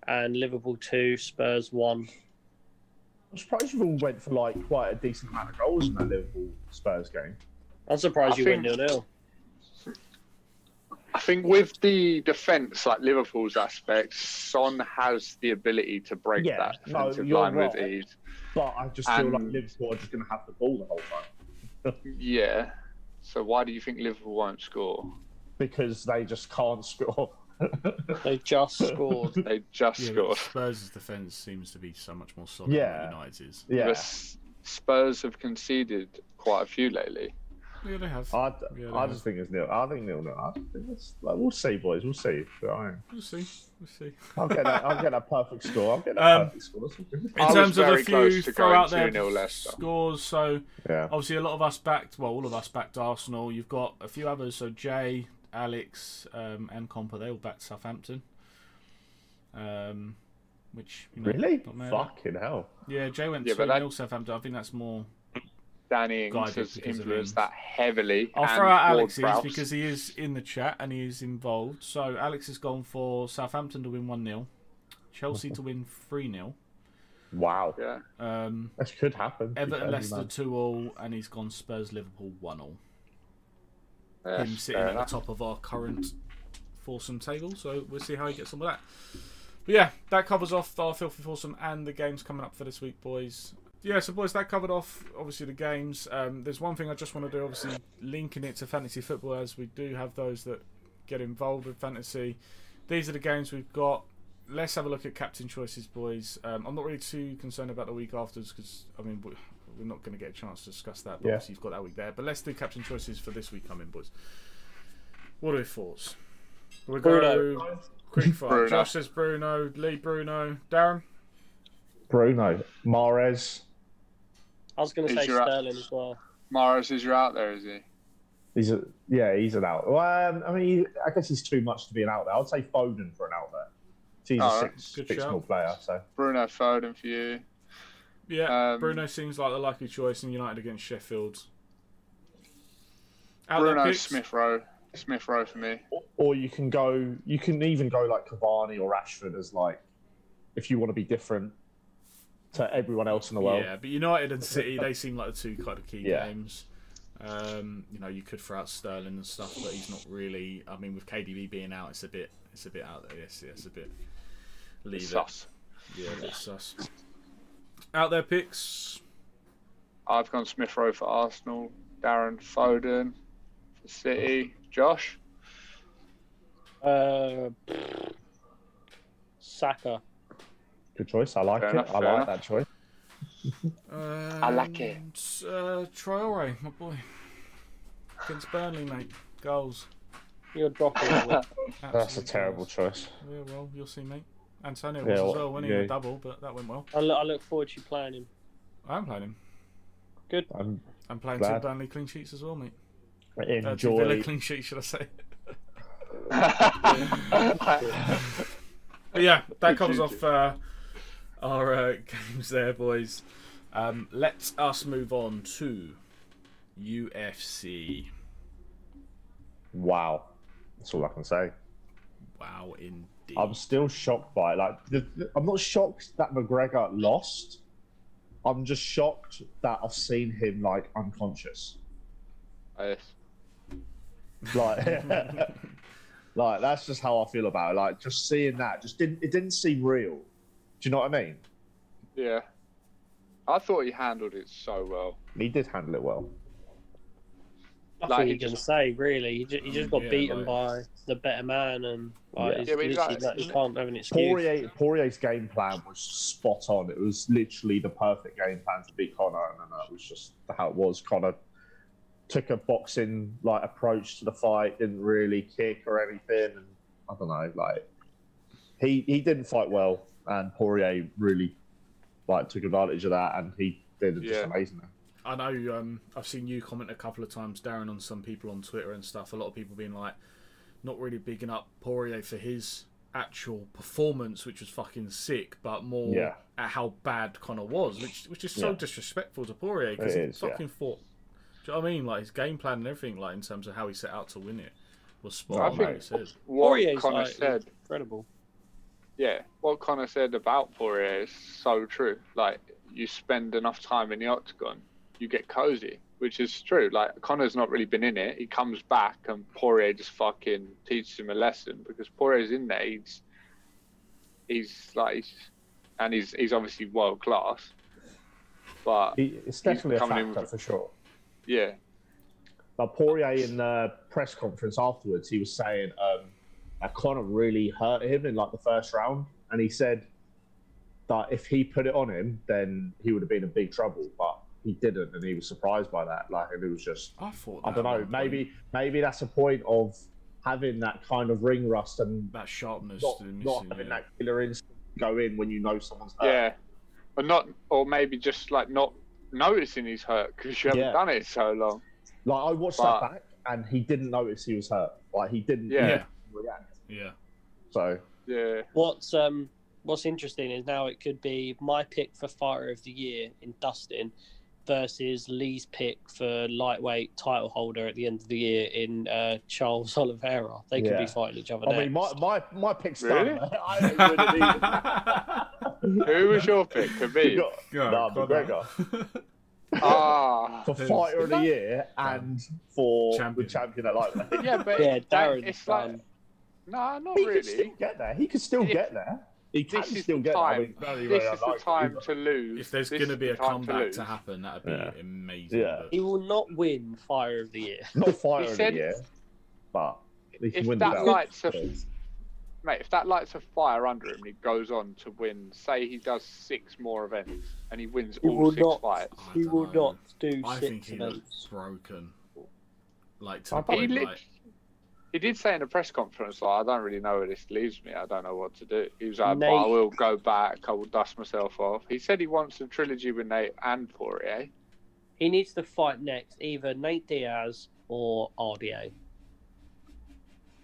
S6: and Liverpool 2, Spurs 1.
S2: I'm surprised you all went for like quite a decent amount of goals in that Liverpool Spurs game.
S6: I'm surprised
S3: I
S6: you went
S3: think-
S6: 0 0.
S3: I think with the defence, like Liverpool's aspect, Son has the ability to break
S2: Yeah,
S3: that
S2: no,
S3: defensive
S2: you're
S3: line with
S2: right.
S3: ease.
S2: But I just feel like
S3: And-
S2: Liverpool are just going to have the ball the whole time
S3: Yeah. So why do you think Liverpool won't score?
S2: because they just can't score.
S6: They just scored.
S3: They just
S1: Yeah,
S3: scored.
S1: but Spurs' defense seems to be so much more solid
S2: Yeah.
S1: than United's is.
S3: But
S2: Yeah.
S3: S- Spurs have conceded quite a few lately.
S1: Yeah, they have.
S2: I,
S1: Yeah,
S2: I
S1: they
S2: just think it's nil. I think nil. nil. I think it's, like, we'll see, boys. We'll see. But I-
S1: We'll see. We'll see.
S2: I'll get that. I'll get that perfect score. I'll get that
S1: Um,
S2: perfect score. That's all good.
S1: In
S3: I was
S1: terms of a
S3: very
S1: few
S3: close to
S1: throw
S3: going
S1: out there
S3: 2-0 Leicester.
S1: scores, so
S2: Yeah.
S1: obviously a lot of us backed, well, all of us backed Arsenal. You've got a few others, so Jay, Alex, um, and Compa, they all backed Southampton. Um, which you know,
S2: Really?
S1: not mad.
S2: Fucking hell.
S1: Yeah, Jay went
S3: Yeah,
S1: to
S3: but that-
S1: nil Southampton. I think that's more.
S3: Danny Ings
S1: Guided
S3: has
S1: because of Ings.
S3: influenced that heavily.
S1: I'll
S3: and
S1: throw out Alex's
S3: Ward-Prowse.
S1: because he is in the chat and he is involved. So Alex has gone for Southampton to win one 0 Chelsea to win three 0
S2: Wow.
S3: Yeah.
S1: Um,
S2: That could happen.
S1: Everton
S2: Depends,
S1: Leicester
S2: man.
S1: two all, and he's gone Spurs Liverpool one all.
S3: yeah,
S1: Him sitting
S3: fair
S1: at the
S3: enough.
S1: top of our current foursome table, so we'll see how he gets on with that. But yeah, that covers off our filthy foursome and the games coming up for this week, boys. Yeah, so boys, that covered off obviously the games. Um, there's one thing I just want to do, obviously linking it to fantasy football, as we do have those that get involved with fantasy. These are the games we've got. Let's have a look at captain choices, boys. Um, I'm not really too concerned about the week afterwards because I mean we- we're not going to get a chance to discuss that. But
S2: Yeah.
S1: Obviously, you've got that week there. But let's do captain choices for this week coming, boys. What are your thoughts? We'll go
S6: Bruno.
S1: quick fire.
S3: Bruno.
S1: Josh says Bruno, Lee Bruno, Darren.
S2: Bruno, Mares.
S6: I was going to
S3: Is
S6: say
S3: your-
S6: Sterling as well.
S3: Morris is your out there, is he?
S2: He's a yeah. He's an out. Well, um, I mean, I guess he's too much to be an out there. I'd say Foden for an out there. He's
S3: All
S2: a
S3: right.
S2: six,
S1: Good
S2: six
S1: shout.
S2: more player, so
S3: Bruno Foden for you.
S1: Yeah,
S3: Um,
S1: Bruno seems like the likely choice in United against Sheffield. Out there,
S3: Bruno
S1: picks?
S3: Smith Rowe. Smith Rowe for me.
S2: Or- or you can go. You can even go like Cavani or Ashford as like, if you want to be different to everyone else in the world.
S1: Yeah, but United and City, they seem like the two kind of key
S2: Yeah.
S1: games. Um, you know, you could throw out Sterling and stuff, but he's not really. I mean, with KDB being out, it's a bit, it's a bit out there. Yes, yes, a bit. Leave it.
S3: Sus.
S1: Yeah, that's sus. Out there, picks.
S3: I've gone Smith Rowe for Arsenal. Darren Foden for City. Josh.
S6: Uh, Saka.
S2: Good choice. I like
S3: Fair
S2: it.
S3: enough,
S2: I
S3: fair
S2: like
S3: enough.
S2: that choice.
S1: Um,
S3: like it.
S1: Uh, Traore, my boy. Against Burnley, mate. Goals.
S6: You're dropping. it.
S2: That's a
S1: Absolute
S2: terrible
S1: goals.
S2: choice.
S1: Yeah, well, you'll see, mate. Antonio
S2: Yeah,
S1: was as
S2: well,
S1: well, wasn't he?
S2: yeah.
S1: A double, but that went well.
S6: I, look, I look forward to you playing him.
S1: I am playing him.
S2: I'm
S1: I'm playing
S2: Glad.
S1: two Burnley clean sheets as well, mate. Uh, two Villa
S2: enjoy.
S1: clean sheets, should I say?
S3: That's
S1: But yeah, that covers off uh, our uh, games there, boys. Um, let us move on to UFC.
S2: Wow. That's all I can say.
S1: Wow, indeed.
S2: I'm still shocked by it. Like, the, the- I'm not shocked that McGregor lost. I'm just shocked that I've seen him like unconscious. Like, like that's just how I feel about it. Like, just seeing that just didn't it didn't seem real. Do you know what I mean?
S3: yeah. I thought he handled it so well.
S2: He did handle it well.
S6: That's
S3: Like,
S6: all
S3: he
S6: you can
S3: just-
S6: say, really. He just, he just got
S1: Yeah,
S6: beaten
S1: like-
S6: by the better man, and like,
S2: Yeah.
S6: it's
S3: Yeah, but he's
S6: literally
S3: like-
S6: that you can't have an excuse.
S2: Poirier, Poirier's game plan was spot on. It was literally the perfect game plan to beat Connor, and that was just how it was. Connor took a boxing like approach to the fight, didn't really kick or anything. And I don't know, like he he didn't fight well, and Poirier really like took advantage of that, and he did just
S3: Yeah.
S2: amazing.
S1: I know um, I've seen you comment a couple of times, Darren, on some people on Twitter and stuff. A lot of people being like, not really bigging up Poirier for his actual performance, which was fucking sick, but more
S2: Yeah.
S1: at how bad Connor was, which which is so
S2: Yeah.
S1: disrespectful to Poirier because
S2: It
S1: he
S2: is, yeah.
S1: fucking fought. Do you know what I mean? Like his game plan and everything, like in terms of how he set out to win it, was spot
S2: I
S1: on. Like
S3: think-
S1: you said.
S3: What
S6: Poirier's
S3: Connor
S6: like-
S3: said.
S6: Incredible.
S3: Yeah, what Connor said about Poirier is so true. Like, you spend enough time in the octagon, you get cozy, which is true. Like, Connor's not really been in it. He comes back, and Poirier just fucking teaches him a lesson because Poirier's in there. He's, he's like, he's, and he's he's obviously world class. But
S2: He, it's definitely a
S3: coming in with
S2: factor for sure.
S3: yeah,
S2: But Poirier in the press conference afterwards, he was saying um, that Connor really hurt him in like the first round, and he said that if he put it on him, then he would have been in big trouble. But he didn't, and he was surprised by that. Like, and it was just
S1: I thought.
S2: I
S1: that
S2: don't
S1: at
S2: know.
S1: one
S2: Maybe
S1: point,
S2: maybe that's a point of having that kind of ring rust and
S1: that sharpness
S2: not,
S1: that he's
S2: not
S1: missing,
S2: having
S1: yeah.
S2: that killer instinct go in when you know someone's hurt.
S3: yeah, but not, or maybe just like not noticing he's hurt because you haven't
S2: Yeah.
S3: done it so long.
S2: Like I watched
S3: But-
S2: that back, and he didn't notice he was hurt. Like he didn't.
S3: Yeah.
S2: even react.
S1: Yeah.
S2: So
S3: Yeah,
S6: What's um what's interesting is now it could be my pick for fighter of the year in Dustin versus Lee's pick for lightweight title holder at the end of the year in uh, Charles Oliveira. They could
S2: Yeah.
S6: be fighting each other.
S2: I mean, my
S6: next.
S2: my my pick's
S3: Really?
S2: done. mate. I ain't winning either.
S3: who was your pick? For
S2: You
S3: me.
S2: got Nah, McGregor.
S3: Ah.
S2: for
S1: Who's-
S2: fighter of the year and for
S1: Champion.
S2: the champion at lightweight.
S3: Yeah, but
S6: yeah,
S3: that-
S6: Darren's
S3: it's like
S6: done.
S3: no, not
S2: he could still
S3: really.
S2: get there. He could still
S3: Yeah.
S2: get there. He can
S3: This is
S2: still
S3: the
S2: get
S3: time.
S2: there. I mean, very, very
S3: This is the
S2: unlikely,
S3: time
S2: but-
S3: to lose.
S1: if there's
S3: This
S1: going to
S3: is
S1: be
S3: the
S1: a
S3: time
S1: comeback
S3: lose.
S1: to happen, that'd be
S2: Yeah.
S1: amazing.
S2: Yeah.
S1: but-
S6: He will not win fighter of the year.
S2: not fighter of
S3: said-
S2: the year, but he can
S3: If
S2: win the
S3: that
S2: belt.
S3: lights a mate, if that lights a fire under him, and he goes on to win. Say he does six more events and he wins
S6: He
S3: all
S6: will
S3: six
S6: not.
S3: fights.
S1: I
S6: He
S1: don't
S6: will
S1: know.
S6: not do
S1: Oh I think
S6: six
S1: he looks
S6: events.
S1: broken. Like to the
S2: I bet
S1: point,
S3: he
S1: like,
S3: lit- He did say in a press conference, like, I don't really know where this leaves me. I don't know what to do. He was like, but I
S6: Nate-
S3: will go back. I will dust myself off. He said he wants a trilogy with Nate and Poirier.
S6: He needs to fight next either Nate Diaz or RDA.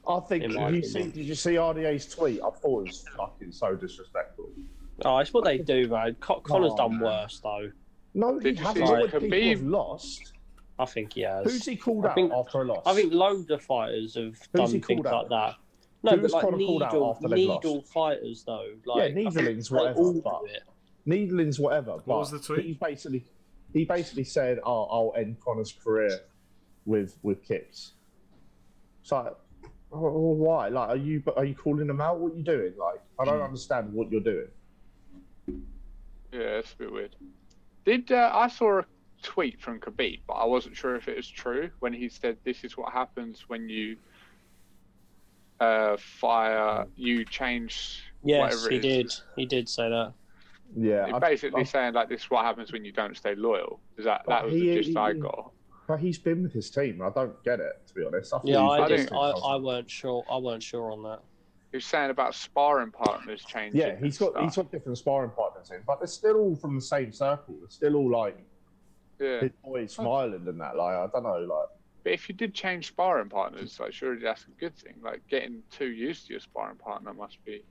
S2: I think
S6: In
S2: did
S6: my
S2: you see,
S6: opinion.
S2: did you see RDA's tweet? I thought it was fucking so disrespectful.
S6: Oh, it's what they do, though. Co- Connor's
S2: Oh,
S6: done
S2: man.
S6: worse, though.
S2: No,
S3: Did
S2: he
S3: you
S2: hasn't.
S6: see
S2: All the people
S3: Khabib?
S2: have lost.
S6: I think he has.
S2: Who's he called
S6: I
S2: out
S6: think-
S2: after a loss?
S6: I think loads of fighters have
S2: Who's he
S6: done things
S2: called out?
S6: like that. No,
S2: Who was
S6: but like
S2: Conor called out
S6: needle,
S2: after they've lost?
S6: needle fighters, though. Like,
S2: yeah,
S6: I think
S2: Needling's
S6: they
S2: whatever.
S6: all do
S2: but-
S6: it.
S2: Needling's whatever. What
S1: was the tweet?
S2: He basically, he basically said, "Oh, I'll end Connor's career with with Kips." It's like, oh, well, why? Like, are you are you calling him out? What are you doing? Like, I
S1: Hmm.
S2: don't understand what you're doing.
S3: Yeah, that's a bit weird. Did uh, I saw a tweet from Khabib, but I wasn't sure if it was true when he said, "This is what happens when you uh, fire, you change
S6: Yes,
S3: whatever
S6: he
S3: it is."
S6: did. He did say that.
S2: Yeah,
S3: It
S2: I-
S3: basically
S2: I-
S3: saying like this is what happens when you don't stay loyal. Is that
S2: But
S3: that was
S2: Oh, he-
S3: the gist I
S2: he-
S3: got?
S2: but he's been with his team. I don't get it to be honest. I thought
S6: Yeah,
S2: he was
S6: I,
S3: I
S2: with his
S3: didn't-
S6: did. I,
S2: team. was
S6: I
S2: like,
S6: weren't sure. I weren't sure on that.
S3: He was saying about sparring partners changing.
S2: Yeah, he's got
S3: and
S2: he's
S3: stuff.
S2: got different sparring partners in, but they're still all from the same circle. They're still all like
S3: yeah.
S2: his boys from Ireland and that. Like, I don't know, like.
S3: But if you did change sparring partners, like surely that's a good thing. Like getting too used to your sparring partner must be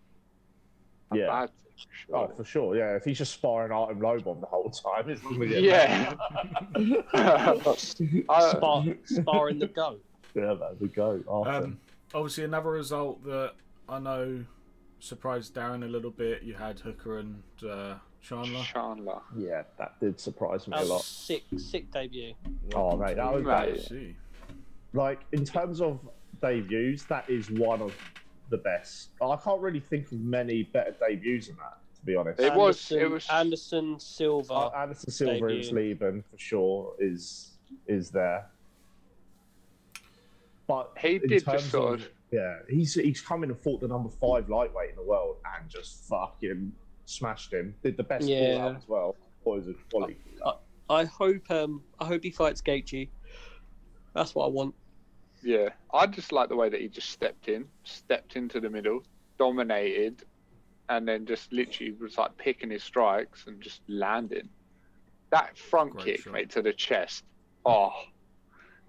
S3: a
S2: Yeah.
S3: bad thing.
S2: Oh,
S3: surely.
S2: for sure. Yeah, if he's just sparring Artem Lobon the whole time, it's not gonna get
S3: yeah.
S2: Mm-hmm.
S3: I-
S6: Spar, sparring the goat.
S2: Yeah, that would go. Artem.
S1: Um, obviously, another result that I know surprised Darren a little bit. You had Hooker and uh, Chandler.
S3: Chandler.
S2: yeah, that did surprise me a
S6: That was
S2: lot.
S6: sick, sick debut.
S2: Oh, mate, that was
S3: Right.
S2: that-
S1: See.
S2: like in terms of debuts, that is one of the best. I can't really think of many better debuts than that, to be honest.
S3: It was- it
S6: Anderson-
S3: was-
S6: Anderson Silva.
S2: Uh, Anderson Silva is
S6: debut.
S2: leaving for sure. Is is there? But
S3: He
S2: in
S3: did
S2: terms
S3: just sort
S2: of-
S3: of
S2: Yeah, he's he's come in and fought the number five lightweight in the world and just fucking smashed him. Did the best
S6: Yeah.
S2: call out as well. What is it? Quality.
S6: I hope. Um, I hope he fights Gaethje. That's what I want.
S3: yeah. I just like the way that he just stepped in, stepped into the middle, dominated, and then just literally was like picking his strikes and just landing. That front
S1: Great
S3: kick,
S1: shot.
S3: mate, to the chest. Oh,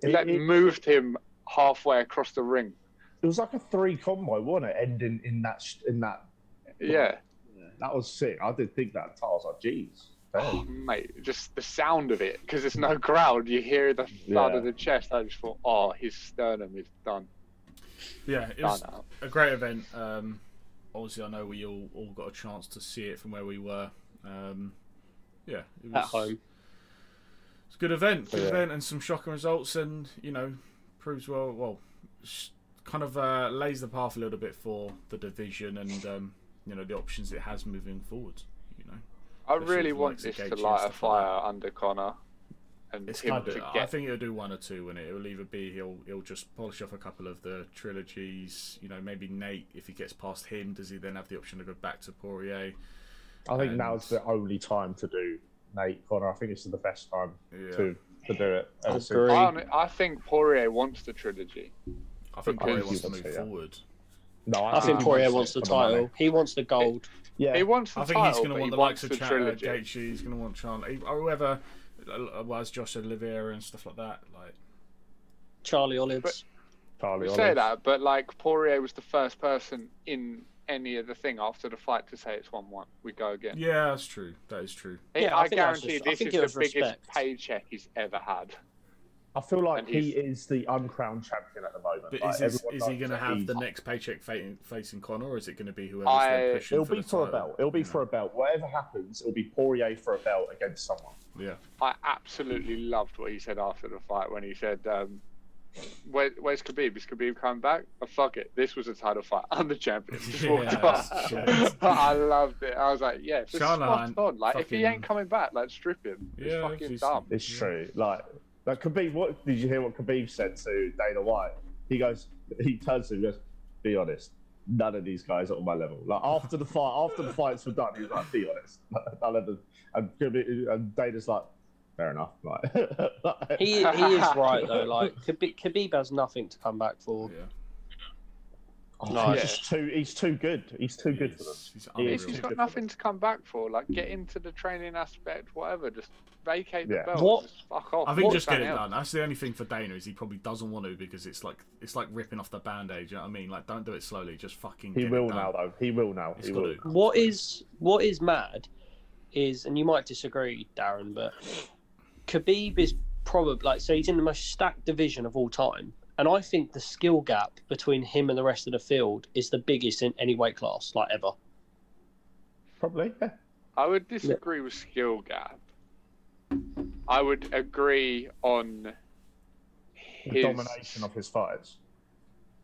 S2: It,
S3: that
S2: it-
S3: moved him halfway across the ring.
S2: it was like a three combo, wasn't it? Ending in that sh- in that.
S3: Yeah,
S2: That was sick. I did think that. I was like, jeez.
S1: Oh.
S2: damn.
S3: mate, just the sound of it because there's no crowd. You hear the thud
S2: Yeah.
S3: of the chest. I just thought, oh, his sternum is done.
S1: Yeah, it
S3: Done
S1: was
S3: out.
S1: a great event. Um, obviously, I know we all, all got a chance to see it from where we were. Um, yeah, it was,
S6: At home.
S1: It's a good event, good
S2: Yeah.
S1: event, and some shocking results, and you know, proves well. Well, sh- kind of uh, lays the path a little bit for the division, and um, you know the options it has moving forward. You know,
S3: I
S1: Especially
S3: really
S1: with the
S3: want
S1: likes of
S3: this to
S1: Gaethje
S3: light
S1: and
S3: a
S1: stuff like
S3: fire under Connor, and
S1: it's
S3: him
S1: kind
S3: to
S1: of.
S3: get.
S1: I think it'll do one or two, and it will either be he'll he'll just polish off a couple of the trilogies. You know, maybe Nate if he gets past him, does he then have the option to go back to Poirier?
S2: I think
S1: And-
S2: now's the only time to do Nate Connor. I think it's the best time
S1: Yeah,
S2: to to do it. ever since.
S6: Agree.
S3: I, hon- I think Poirier wants the trilogy.
S1: I think
S3: I
S1: Poirier
S3: think
S1: wants to
S2: he
S1: move
S2: would, yeah.
S1: forward.
S2: No,
S6: I think
S2: he
S6: Poirier
S2: it
S6: wants the
S2: for money.
S6: title. He wants the gold.
S2: Yeah,
S3: He wants the
S1: I think
S3: title,
S1: he's going
S3: but
S1: to want
S3: he
S1: the likes
S3: wants the
S1: of uh, Chandler,
S3: trilogy.
S1: Gaethje. He's going to want Chandler, or whoever, uh, well, as Josh said, Oliveira and stuff like that. Like,
S6: Charlie Olives.
S3: But-
S2: Charlie
S3: You say
S2: Oliveira.
S3: that, but like Poirier was the first person in any of the thing after the fight to say it's one-one. We go again.
S1: yeah, that's true. That is true.
S6: Yeah, I
S3: I,
S6: think that's
S3: guarantee
S6: just- I
S3: this
S6: think
S3: is
S6: it
S3: the
S6: was
S3: biggest
S6: respect.
S3: paycheck he's ever had.
S2: I feel like
S3: And
S2: he
S3: he's-
S2: is the uncrowned champion at the moment.
S1: But
S2: Like,
S1: is, is,
S2: everyone
S1: is he going
S2: knows
S1: to
S2: that
S1: have
S2: he's-
S1: the next paycheck facing, facing Connor, or is it going to be whoever's
S3: I-
S1: then pushing
S2: It'll
S1: for
S2: be
S1: the
S2: for a
S1: title?
S2: belt. It'll be
S1: You
S2: for a belt. Whatever happens, it'll be Poirier for a belt against someone.
S1: know? yeah.
S3: I absolutely loved what he said after the fight when he said, um, Where, "Where's Khabib? Is Khabib coming back? Oh, fuck it, this was a title fight. I'm the champion." Just walked
S1: Yeah,
S3: off.
S1: that's shit.
S3: I loved it. I was like, "Yeah, just
S1: Shana
S3: spot
S1: and
S3: on. Like, if he
S1: fucking-
S3: ain't coming back, like, strip him. It's
S1: Yeah,
S3: fucking
S1: he's-
S3: dumb."
S2: It's
S1: Yeah.
S2: true. Like, like Khabib. What did you hear? What Khabib said to Dana White? He goes. He turns to him. and Goes. Be honest. None of these guys are on my level. Like after the fight, after the fights were done, he was like, "Be honest, none of them." And, Khabib, and Dana's like, "Fair enough." Like,
S6: He, he is right though. Like Khabib, Khabib has nothing to come back for.
S1: Yeah.
S2: Oh,
S3: No,
S2: he's
S3: yeah.
S2: just too. He's too good. He's too good for them.
S1: He's
S2: He
S3: If
S2: is.
S3: he's
S1: unreal.
S3: got nothing to come back for, like get into the training aspect, whatever, just vacate
S2: Yeah.
S3: the belt.
S6: What-
S3: Just fuck off.
S1: I think
S3: What
S1: just get
S3: the
S1: it
S3: hell?
S1: done. That's the only thing for Dana is he probably doesn't want to because it's like it's like ripping off the band-aid, you know what I mean? Like don't do it slowly, just fucking
S2: He
S1: get
S2: will
S1: it done.
S2: now, though. He will now.
S1: He's
S2: he
S1: got
S2: will.
S1: to.
S6: What is what is mad is, and you might disagree, Darren, but Khabib is probably like so he's in the most stacked division of all time, and I think the skill gap between him and the rest of the field is the biggest in any weight class, like ever.
S2: Probably. Yeah.
S3: I would disagree with skill gap. I would agree on
S2: The
S3: his
S2: domination of his fights.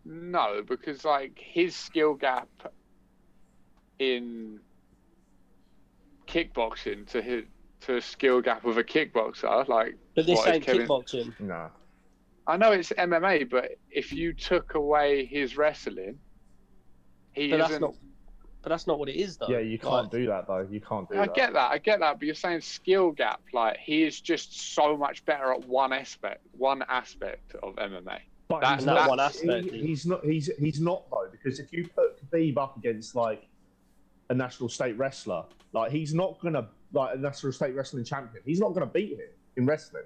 S3: No, because like his skill gap in kickboxing to his to a skill gap with a kickboxer, like
S6: But this
S3: What, is
S6: ain't
S3: Kevin-
S6: kickboxing.
S2: Nah.
S3: I know it's MMA, but if you took away his wrestling, he
S6: But that's
S3: isn't.
S6: not. But that's not what it is, though.
S2: Yeah, you
S6: Like,
S2: can't do that though. You can't do
S3: I
S2: that.
S3: get that, I get that, but you're saying skill gap. Like he is just so much better at one aspect, one aspect of MMA.
S2: But
S3: That-
S2: he's
S3: that
S2: not-
S6: one aspect.
S2: he- he's not. He's he's not though because if you put Khabib up against like a national state wrestler, like he's not gonna like a national state wrestling champion. He's not gonna beat him in wrestling.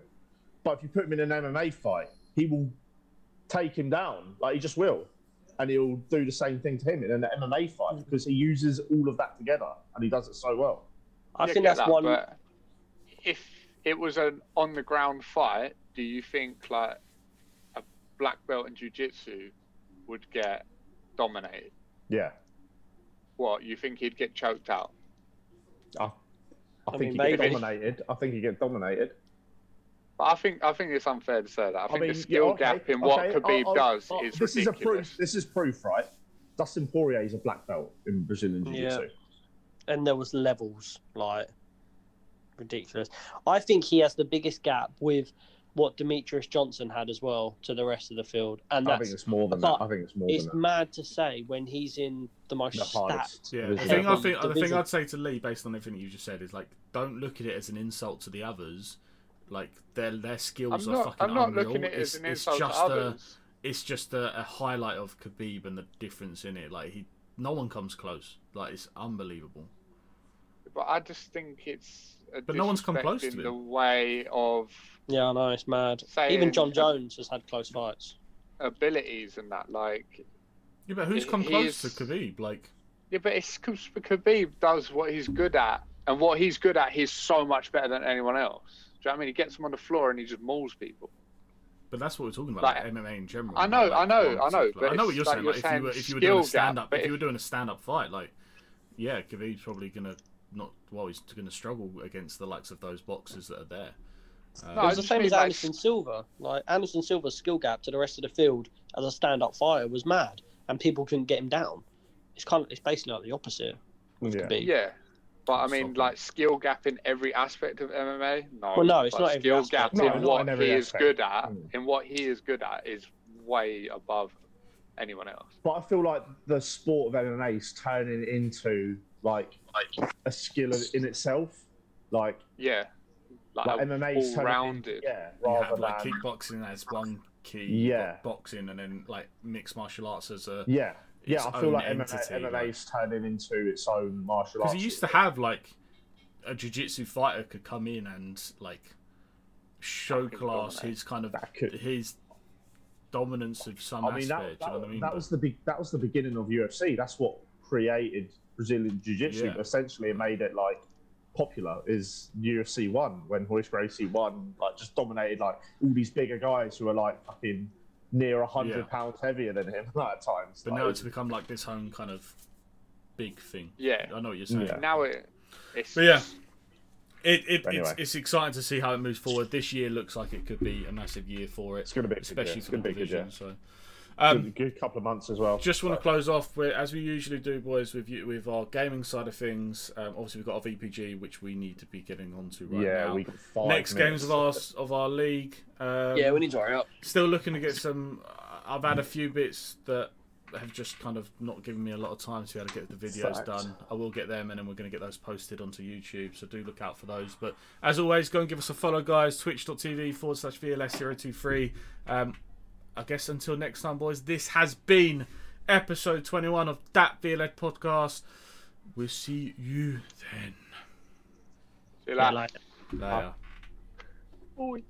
S2: But if you put him in an MMA fight, he will take him down. Like he just will, and he'll do the same thing to him in an MMA
S6: Mm-hmm.
S2: fight because he uses all of that together and he does it so well.
S6: I
S3: Yeah,
S6: think
S3: get
S6: that's
S3: that,
S6: one.
S3: But if it was an on the ground fight, do you think like a black belt in jiu-jitsu would get dominated?
S2: Yeah,
S3: What you think he'd get choked out?
S2: I, I
S6: I
S2: think
S6: mean,
S2: he get
S6: maybe.
S2: dominated. I think he get dominated.
S3: But I think I think it's unfair to say that. I think
S2: mean,
S3: the
S2: yeah,
S3: skill
S2: okay,
S3: gap in what
S2: okay,
S3: Khabib
S2: I'll- I'll-
S3: does
S2: I'll-
S3: is
S2: this
S3: ridiculous.
S2: Is a proof, this is proof, right? Dustin Poirier is a black belt in Brazilian Jiu Jitsu.
S6: and there was levels like ridiculous. I think he has the biggest gap with what Demetrius Johnson had as well to the rest of the field, and
S2: I
S6: that's
S2: think it's more than
S6: but
S2: that. I think it's more
S6: it's
S2: than that.
S6: mad to say when he's in the most
S2: The hardest.
S6: stacked.
S1: Yeah, the
S2: Division.
S1: thing I
S6: Everyone
S1: think the thing
S6: division.
S1: I'd say to Lee, based on everything you just said, is like don't look at it as an insult to the others. Like their their skills
S3: I'm
S1: are
S3: not,
S1: fucking
S3: I'm not
S1: unreal.
S3: looking at it
S1: it's,
S3: as an
S1: it's
S3: insult to
S1: just a
S3: others.
S1: it's just a, a highlight of Khabib and the difference in it. Like he, no one comes close. Like it's unbelievable.
S3: But I just think it's a
S1: But no one's come close
S3: disrespect
S1: to
S3: in
S1: him.
S3: the way of
S6: Yeah, I know it's mad.
S3: Saying-
S6: Even John Jones has had close fights.
S3: abilities and that. Like
S1: Yeah, but who's
S3: He-
S1: come
S3: he
S1: close
S3: is-
S1: to Khabib? Like
S3: Yeah, but it's 'cause Khabib does what he's good at, and what he's good at, he's so much better than anyone else. Do you know what I mean? He gets them on the floor and he just mauls people.
S1: But that's what we're talking about,
S3: Like,
S1: like, MMA in general.
S3: I know,
S1: like,
S3: I know,
S1: one
S3: I know,
S1: particular-
S3: but
S1: I know
S3: it's
S1: what you're
S3: like
S1: saying.
S3: you're
S1: Like, if you
S3: saying
S1: were if you were doing a
S3: skill gap,
S1: stand up,
S3: but
S1: if
S3: if-
S1: you were doing a stand up fight, like, yeah, Khabib's probably gonna not. Well, he's gonna struggle against the likes of those boxers that are there. Uh,
S3: No,
S6: it
S3: I
S6: was the
S3: just
S6: same
S3: mean,
S6: as
S3: like,
S6: Anderson Silva. Like Anderson Silva's skill gap to the rest of the field as a stand-up fighter was mad, and people couldn't get him down. It's kind of it's basically like the opposite. With
S2: Yeah.
S6: Khabib.
S3: Yeah. But I mean,
S1: Something.
S3: like skill gap in every aspect of MMA. No,
S6: Well, no, it's
S3: but
S6: not every
S3: skill gap
S6: aspect.
S2: No,
S3: in
S2: not
S3: what
S2: in every
S3: he is
S2: aspect.
S3: good at.
S2: Mm.
S3: In what he is good at is way above anyone else.
S2: But I feel like the sport of MMA is turning into like a skill in itself. Like,
S3: Yeah, like,
S2: like
S3: a
S2: MMA is turning
S3: all-rounded.
S2: into- yeah,
S1: you
S2: rather
S1: have like
S2: than
S1: kickboxing as one key,
S2: Yeah.
S1: bo- boxing, and then like mixed martial arts as a.
S2: yeah, yeah.
S1: its
S2: I feel
S1: own
S2: like
S1: entity,
S2: MMA,
S1: like-
S2: is turning into its own martial arts.
S1: Because he used to have like a jiu-jitsu fighter could come in and like show
S3: Fucking
S1: class
S3: dominate.
S1: his kind of
S2: That could-
S1: his dominance of some
S2: I mean, that,
S1: aspect.
S2: that,
S1: you know what I mean?
S2: that
S1: But-
S2: was the big, that was the beginning of UFC. That's what created Brazilian Jiu-Jitsu
S1: Yeah.
S2: essentially and made it like popular. Is UFC one when Royce Gracie won, like just dominated like all these bigger guys who are like fucking near hundred
S1: Yeah.
S2: pounds heavier than him at times.
S1: But
S2: Like,
S1: now it's become like this own kind of big thing.
S3: Yeah.
S1: I know what you're saying.
S2: Yeah.
S3: Now it, it's
S1: But yeah, it, it
S2: Anyway.
S1: it's, it's exciting to see how it moves forward. This year looks like it could be a massive year for it,
S2: it's gonna be
S1: especially
S2: it's
S1: for the
S2: gonna be good, yeah.
S1: division. So, um,
S2: good, good couple of months as well.
S1: just want to
S2: So,
S1: close off with, as we usually do, boys, with you, with our gaming side of things. Um, obviously, we've got our VPG, which we need to be getting onto right
S2: yeah,
S1: now.
S2: we got five
S1: Next games
S2: minutes.
S1: of our of our league. Um,
S6: yeah, we need to hurry up.
S1: still looking to get some. uh, I've had a few bits that have just kind of not given me a lot of time to be able to get the videos
S2: Fact.
S1: done. I will get them, and then we're going to get those posted onto YouTube. So do look out for those. But as always, go and give us a follow, guys. Twitch.tv forward slash VLS023. Um, I guess until next time, boys. This has been episode 21 of That Beer Led Podcast. We'll see you then.
S3: See you later.
S1: Later.
S3: Oi.